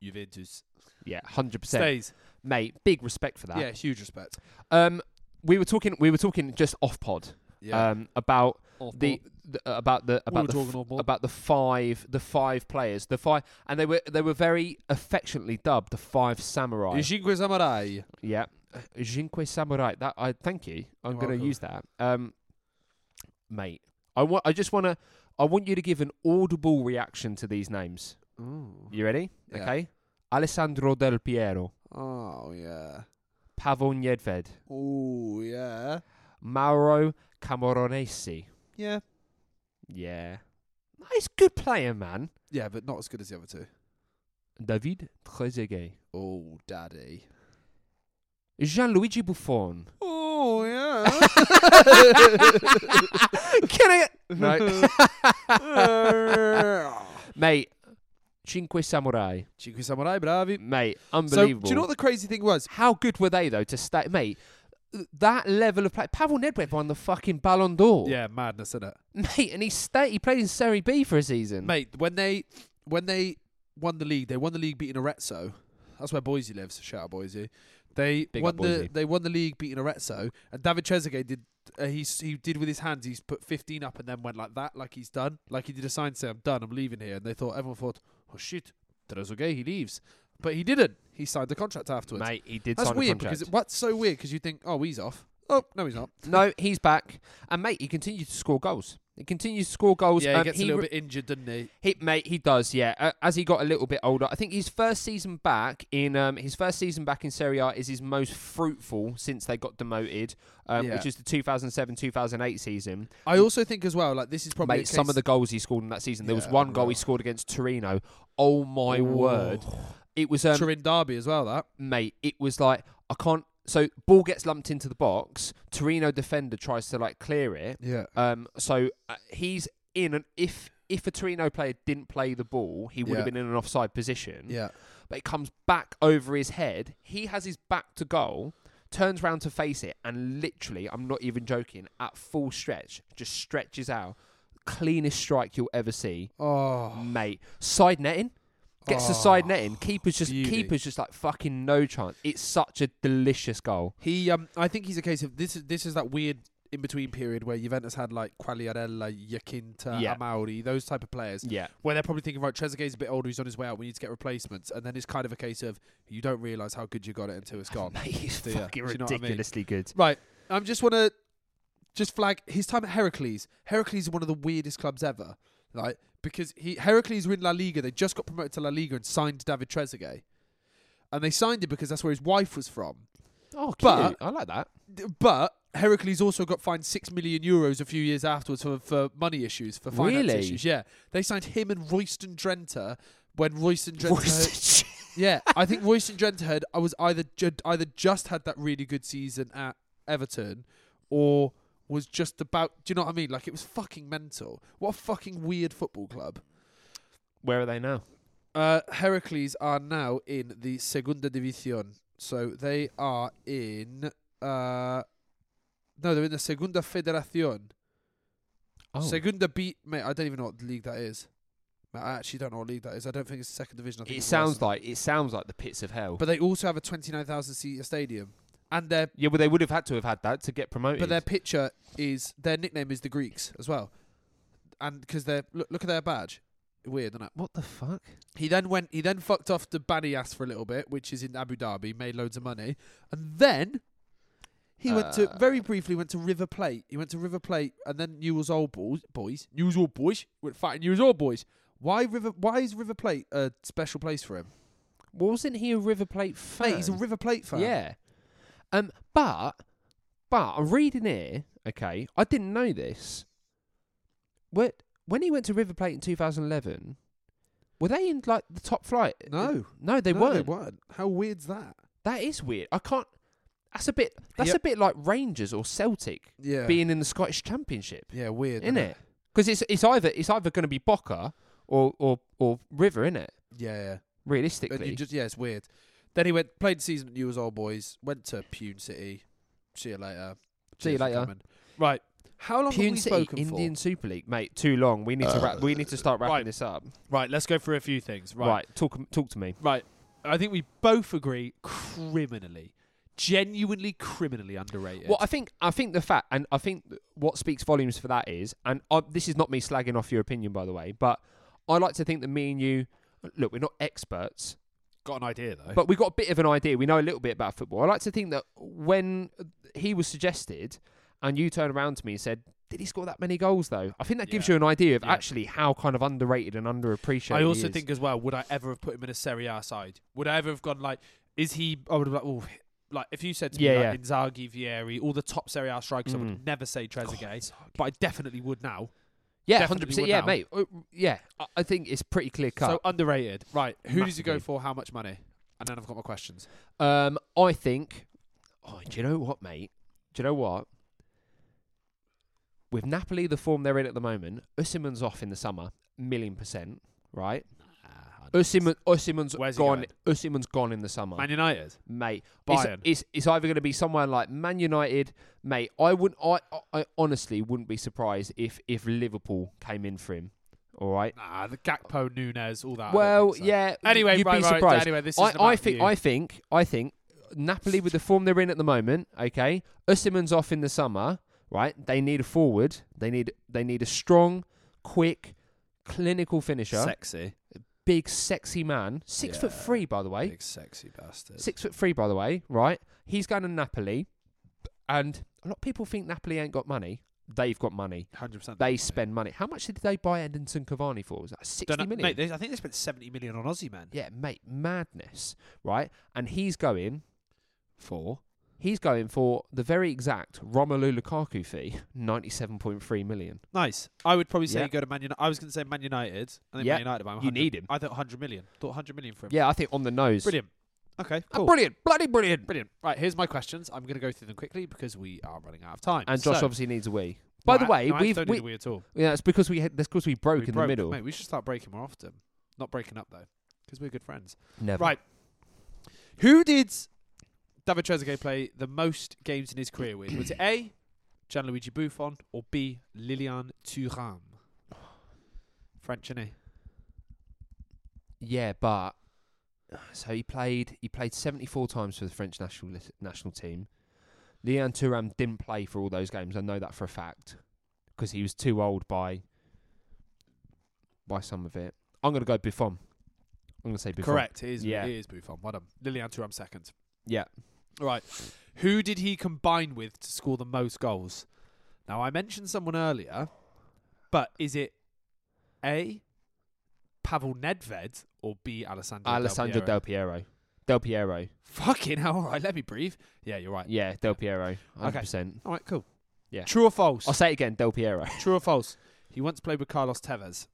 Juventus. Yeah, hundred percent, Stays. mate. Big respect for that. Yeah, huge respect. Um, we were talking, we were talking just off pod. Yeah. Um, about Off the, the uh, about the about the talking off ball. about the five the five players the five and they were they were very affectionately dubbed the five samurai Cinque Samurai. yeah Jinque samurai that I thank you I'm You're going to welcome. use that um mate I want I just want to I want you to give an audible reaction to these names you ready Yeah. okay Alessandro Del Piero Oh, yeah. Pavon Yedved Oh, yeah. Mauro Camoronesi Yeah. yeah nice good player man Yeah, but not as good as the other two. David Trezeguet Oh, daddy. Gianluigi Buffon. Oh, *laughs* yeah. Can I? *laughs* Mate, Cinque Samurai. Cinque Samurai, bravi. Mate, So, do unbelievable. you know what the crazy thing was? How good were they, though, to stay? Mate, that level of play. Pavel Nedved won the fucking Ballon d'Or. Yeah, madness, innit? Mate, and he stayed. He played in Serie B for a season. Mate, when they when they won the league, they won the league beating Arezzo. That's where Boise lives. Shout out Boise. They Big won up the Boise. they won the league beating Arezzo, and David Trezeguet did uh, he s- he did with his hands. He's put 15 up and then went like that, like he's done, like he did a sign say I'm done, I'm leaving here. And they thought everyone thought, oh shit, Trezeguet he leaves, but he didn't. He signed the contract afterwards. Mate, he did That's sign weird a contract. because it, what's so weird because you think oh he's off. Oh no he's not. no, he's back. And, mate, he continued to score goals. He continues to score goals. Yeah, he Um, gets he a little re- bit injured, doesn't he? He, mate, he does, yeah. Uh, as he got a little bit older, I think his first season back in um, his first season back in Serie A is his most fruitful since they got demoted, um, Yeah. which is the 2007-2008 season. I also think as well like this is probably a mate, some of case- the goals he scored in that season. There was Yeah, one goal he right. scored against Torino. Oh my word! It was, um, Turin derby as well. That mate, it was like I can't. So ball gets lumped into the box. Torino defender tries to like clear it. yeah. Um, so uh, he's in an if if a Torino player didn't play the ball, he would have Yeah. been in an offside position. Yeah. But it comes back over his head. He has his back to goal, turns round to face it, and literally, I'm not even joking, at full stretch, just stretches out. Cleanest strike you'll ever see, Oh. mate. Side netting. Gets the side Oh, netting. Keepers just beauty. keepers just like fucking no chance. It's such a delicious goal. He um I think he's a case of this is this is that weird in between period where Juventus had like Quagliarella, Yakinta, Yeah. Amauri, those type of players. Yeah. Where they're probably thinking, right, Trezeguet's a bit older, he's on his way out, we need to get replacements. And then it's kind of a case of you don't realise how good you got it until *laughs* it's gone. Mate, it's Do ya? fucking Do you know what I mean? ridiculously good. right. I am just wanna just flag his time at Heracles. Heracles is one of the weirdest clubs ever. Like because he Heracles were in La Liga, they just got promoted to La Liga and signed David Trezeguet. And they signed him because that's where his wife was from. Oh, cute. But- I like that. D- but Heracles also got fined six million euros a few years afterwards for, for money issues, for finance Really? issues. Yeah, they signed him and Royston Drenter when Royston Drenter. Royston- yeah, I think Royston Drenter had. I was either ju- either just had that really good season at Everton, or was just about. Do you know what I mean? Like it was fucking mental. What a fucking weird football club. Where are they now? Uh, Heracles are now in the Segunda División. So they are in. Uh, no, they're in the Segunda Federación. Oh. Segunda B. Mate, I don't even know what league that is. Mate, I actually don't know what league that is. I don't think it's the second division. I think it it's sounds worse. like it sounds like the pits of hell. But they also have a 29,000 seat stadium. And their yeah, well, they would have had to have had that to get promoted. but their picture is. Their nickname is the Greeks as well. and because they're look, look at their badge, weird, isn't it? What the fuck? He then went. He then fucked off to Banias for a little bit, which is in Abu Dhabi. Made loads of money, and then he went to Uh, very briefly went to River Plate. He went to River Plate, and then Newell's old boys, boys, Newell's old boys, went fighting Newell's old boys. Why River? Why is River Plate a special place for him? Wasn't he a River Plate fan? Mate, he's a River Plate fan. Yeah. Um, but but I'm reading here. Okay, I didn't know this. What when he went to River Plate in 2011, were they in like the top flight? No. no, they No, weren't. They weren't. How weird's that? That is weird. I can't. That's a bit. That's Yep. a bit like Rangers or Celtic Yeah. being in the Scottish Championship, yeah, weird. isn't innit? it? Because it's it's either it's either going to be Boca or or or River, isn't it? Yeah, yeah. And you Realistically, just yeah, it's weird. Then he went played the season at Newell's Old Boys, went to Pune City. See you later. See you Cheers for later. coming. Right. How long have Pune we City spoken Indian Super League, mate. Too long. We need to wrap. We need to start wrapping right. this up. for? Right, let's go through a few things. Uh, Right. Talk. Talk to me. Right. I think we both agree criminally. Genuinely criminally underrated. Well, I think I think the fact, and I think th- what speaks volumes for that is, and I, this is not me slagging off your opinion, by the way, but I like to think that me and you, look, we're not experts, got an idea though. but we got a bit of an idea. We know a little bit about football. I like to think that when he was suggested, and you turned around to me and said, "Did he score that many goals?" Though I think that gives Yeah. you an idea of Yeah. actually how kind of underrated and underappreciated. I he also is. think as well, would I ever have put him in a Serie A side? Would I ever have gone like, is he? I would have like, oh, like if you said to me Yeah, Mm. like Inzaghi, Vieri, all the top Serie A strikers, I would never say Trezeguet, but I definitely would now. yeah, definitely hundred percent, would yeah, now. mate, Uh, yeah. I, I think it's pretty clear cut. So underrated, right? Who did you go Massively. for? How much money? And then I've got my questions. Um, I think. Oh, do you know what, mate? Do you know what? With Napoli, the form they're in at the moment, Usimans off in the summer, million percent, right? Usiman, Usiman's Where's he gone. Usiman's gone in the summer, Man United. mate. Bayern. It's, it's it's either going to be somewhere like Man United, mate. I wouldn't. I, I I honestly wouldn't be surprised if if Liverpool came in for him. All right. Nah, the Gakpo, Nunes, all that. I don't Well, think so. yeah. Anyway, you'd right, be right, surprised. Anyway, this I, isn't I about think you. I think I think Napoli with the form they're in at the moment, okay. Usman's off in the summer, right? They need a forward. They need they need a strong, quick, clinical finisher. sexy, Big sexy man. Six foot Yeah. three, by the way. big sexy bastard. Six foot three, by the way, right? He's going to Napoli. And a lot of people think Napoli ain't got money. They've got money. Hundred percent. They spend money. How much did they buy Edinson Cavani for? Was that sixty million? Mate, they, I think they spent seventy million on Aussie men. Yeah, mate, madness, right? And he's going for he's going for the very exact Romelu Lukaku fee, ninety-seven point three million. Nice. I would probably say Yeah. you go to Man United. I was going to say Man United. I think Yeah. Man United. But I'm You 100 need him. I thought 100 million. Thought 100 million for him. Yeah, I think on the nose. Brilliant. Okay. Ah, Cool. brilliant, bloody brilliant. Brilliant. Right. Here's my questions. I'm going to go through them quickly because we are running out of time. And Josh So- obviously needs a wee. By the No, I- way, no, I we've don't we, need a wee at all. yeah, it's because we had, that's because we broke We in broke- the middle. Mate, we should start breaking more often. Not breaking up though, because we're good friends. Never. Right. Who did David Trezeguet play the most games in his career with? Was it A, Gianluigi Buffon, or B, Lilian Thuram? French, innit? Yeah, but so he played he played seventy-four times for the French national lis- national team. Leon Thuram didn't play for all those games. I know that for a fact because he was too old by by some of it. I'm gonna go Buffon. I'm gonna say Buffon. Correct. It is, Yeah. it is Buffon. Well done. Lilian Thuram second. Yeah. All right. Who did he combine with to score the most goals? Now, I mentioned someone earlier, but is it A, Pavel Nedved, or B, Alessandro Alessandro Del Piero? Del Piero. Del Piero. Fucking hell. All right, let me breathe. Yeah, you're right. Yeah, Del Piero. 100%. All right, cool. Yeah. True or false? *laughs* I'll say it again. Del Piero. True or false? He once played with Carlos Tevez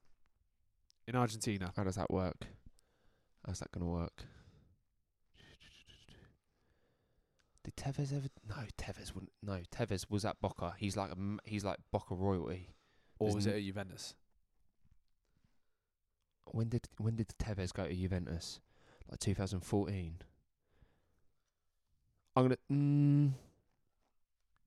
in Argentina. How does that work? How's that going to work? Did Tevez ever? No, Tevez wouldn't. No, Tevez was at Boca. He's like a m he's like Boca royalty. Or There's was n- it at Juventus? When did when did Tevez go to Juventus? Like 2014. I'm gonna. Mm,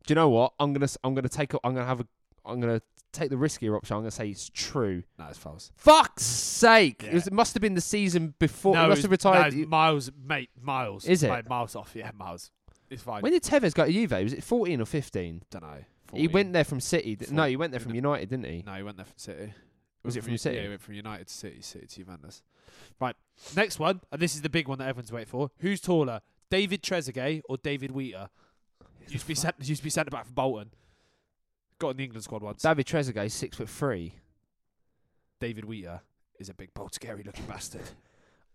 do you know what? I'm gonna s- I'm gonna take a, I'm gonna have a I'm gonna take the riskier option. I'm gonna say it's true. No, it's false. Fuck's sake! It, Yeah. was, it must have been the season before. no, he it must was- have no, retired. it's miles, mate, miles. Is it? Mate, miles off. Yeah, miles. It's fine. When did Tevez go to Juve? Was it 14 or 15? don't know. 40. He went there from City. d- No, he went there from Forty. United, didn't he? No, he went there from City. Was it Went from City? Yeah, he went from United to City, City to Juventus. Right, next one, and this is the big one that everyone's waiting for. Who's taller, David Trezeguet or David Wheater? *laughs* Used to be sent, used to be centre back for Bolton. Got in the England squad once. David Trezeguet, six foot three. David Wheater is a big, bold, scary looking bastard.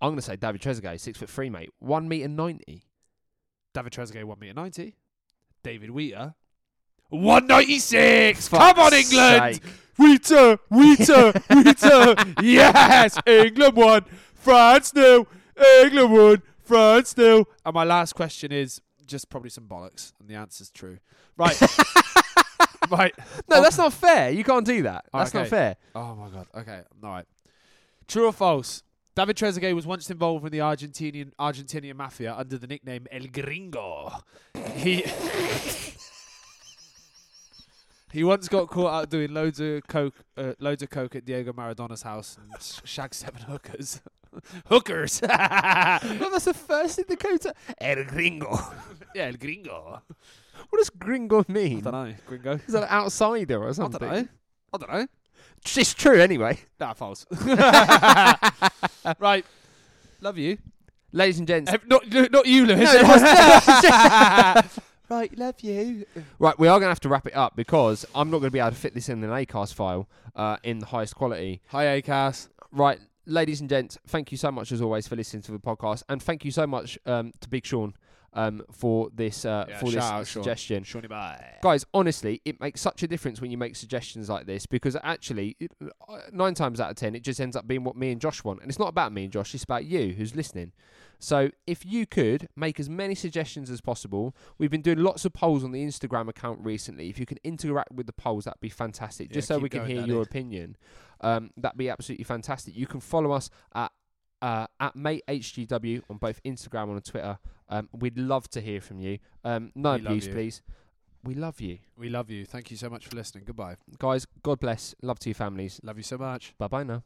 I'm gonna say David Trezeguet, six foot three, mate. One meter ninety. David Trezeguet one meter ninety. David Wheater. 196! Come on, England! Wheater! Wheater! Wheater! *laughs* Yes! England won! France nil! England won! France nil! And my last question is just probably some bollocks, and the answer's true. Right. right. No, Oh. that's not fair. You can't do that. Oh, That's not okay. fair. Oh my god. Okay. All right. True or false? David Trezeguet was once involved in the Argentinian Argentinian mafia under the nickname El Gringo. He *laughs* He once got caught out doing loads of coke, uh, loads of coke at Diego Maradona's house and *laughs* s- shagged seven hookers. *laughs* hookers. *laughs* yeah, No, that's the first thing that comes. to- El gringo. *laughs* El Gringo. What does gringo mean? know, Gringo. Is that an outsider or I something? don't know. I don't know. It's true anyway. Nah, *laughs* false. right. Love you. Ladies and gents, Ev- not, not you, Lewis. *laughs* right, love you. right, we are going to have to wrap it up because I'm not going to be able to fit this in an ACAST file uh, in the highest quality. Hi, Acast. Right, ladies and gents, thank you so much as always for listening to the podcast, and thank you so much um, to Big Sean um, for this uh, Yeah, for this shout out, Sean. suggestion. Shawnee bye. Guys, honestly, it makes such a difference when you make suggestions like this because actually, it, uh, nine times out of ten, it just ends up being what me and Josh want. And it's not about me and Josh, it's about you who's listening. So if you could make as many suggestions as possible, we've been doing lots of polls on the Instagram account recently. If you can interact with the polls, that'd be fantastic. Yeah, just so keep we can going, hear Daddy. your opinion, um, that'd be absolutely fantastic. You can follow us at uh, at mate HGW on both Instagram and Twitter. Um, we'd love to hear from you. Um, no We love abuse, you. please. We love you We love you. Thank you so much for listening. Goodbye. guys, God bless. Love to your families. Love you so much. Bye bye now.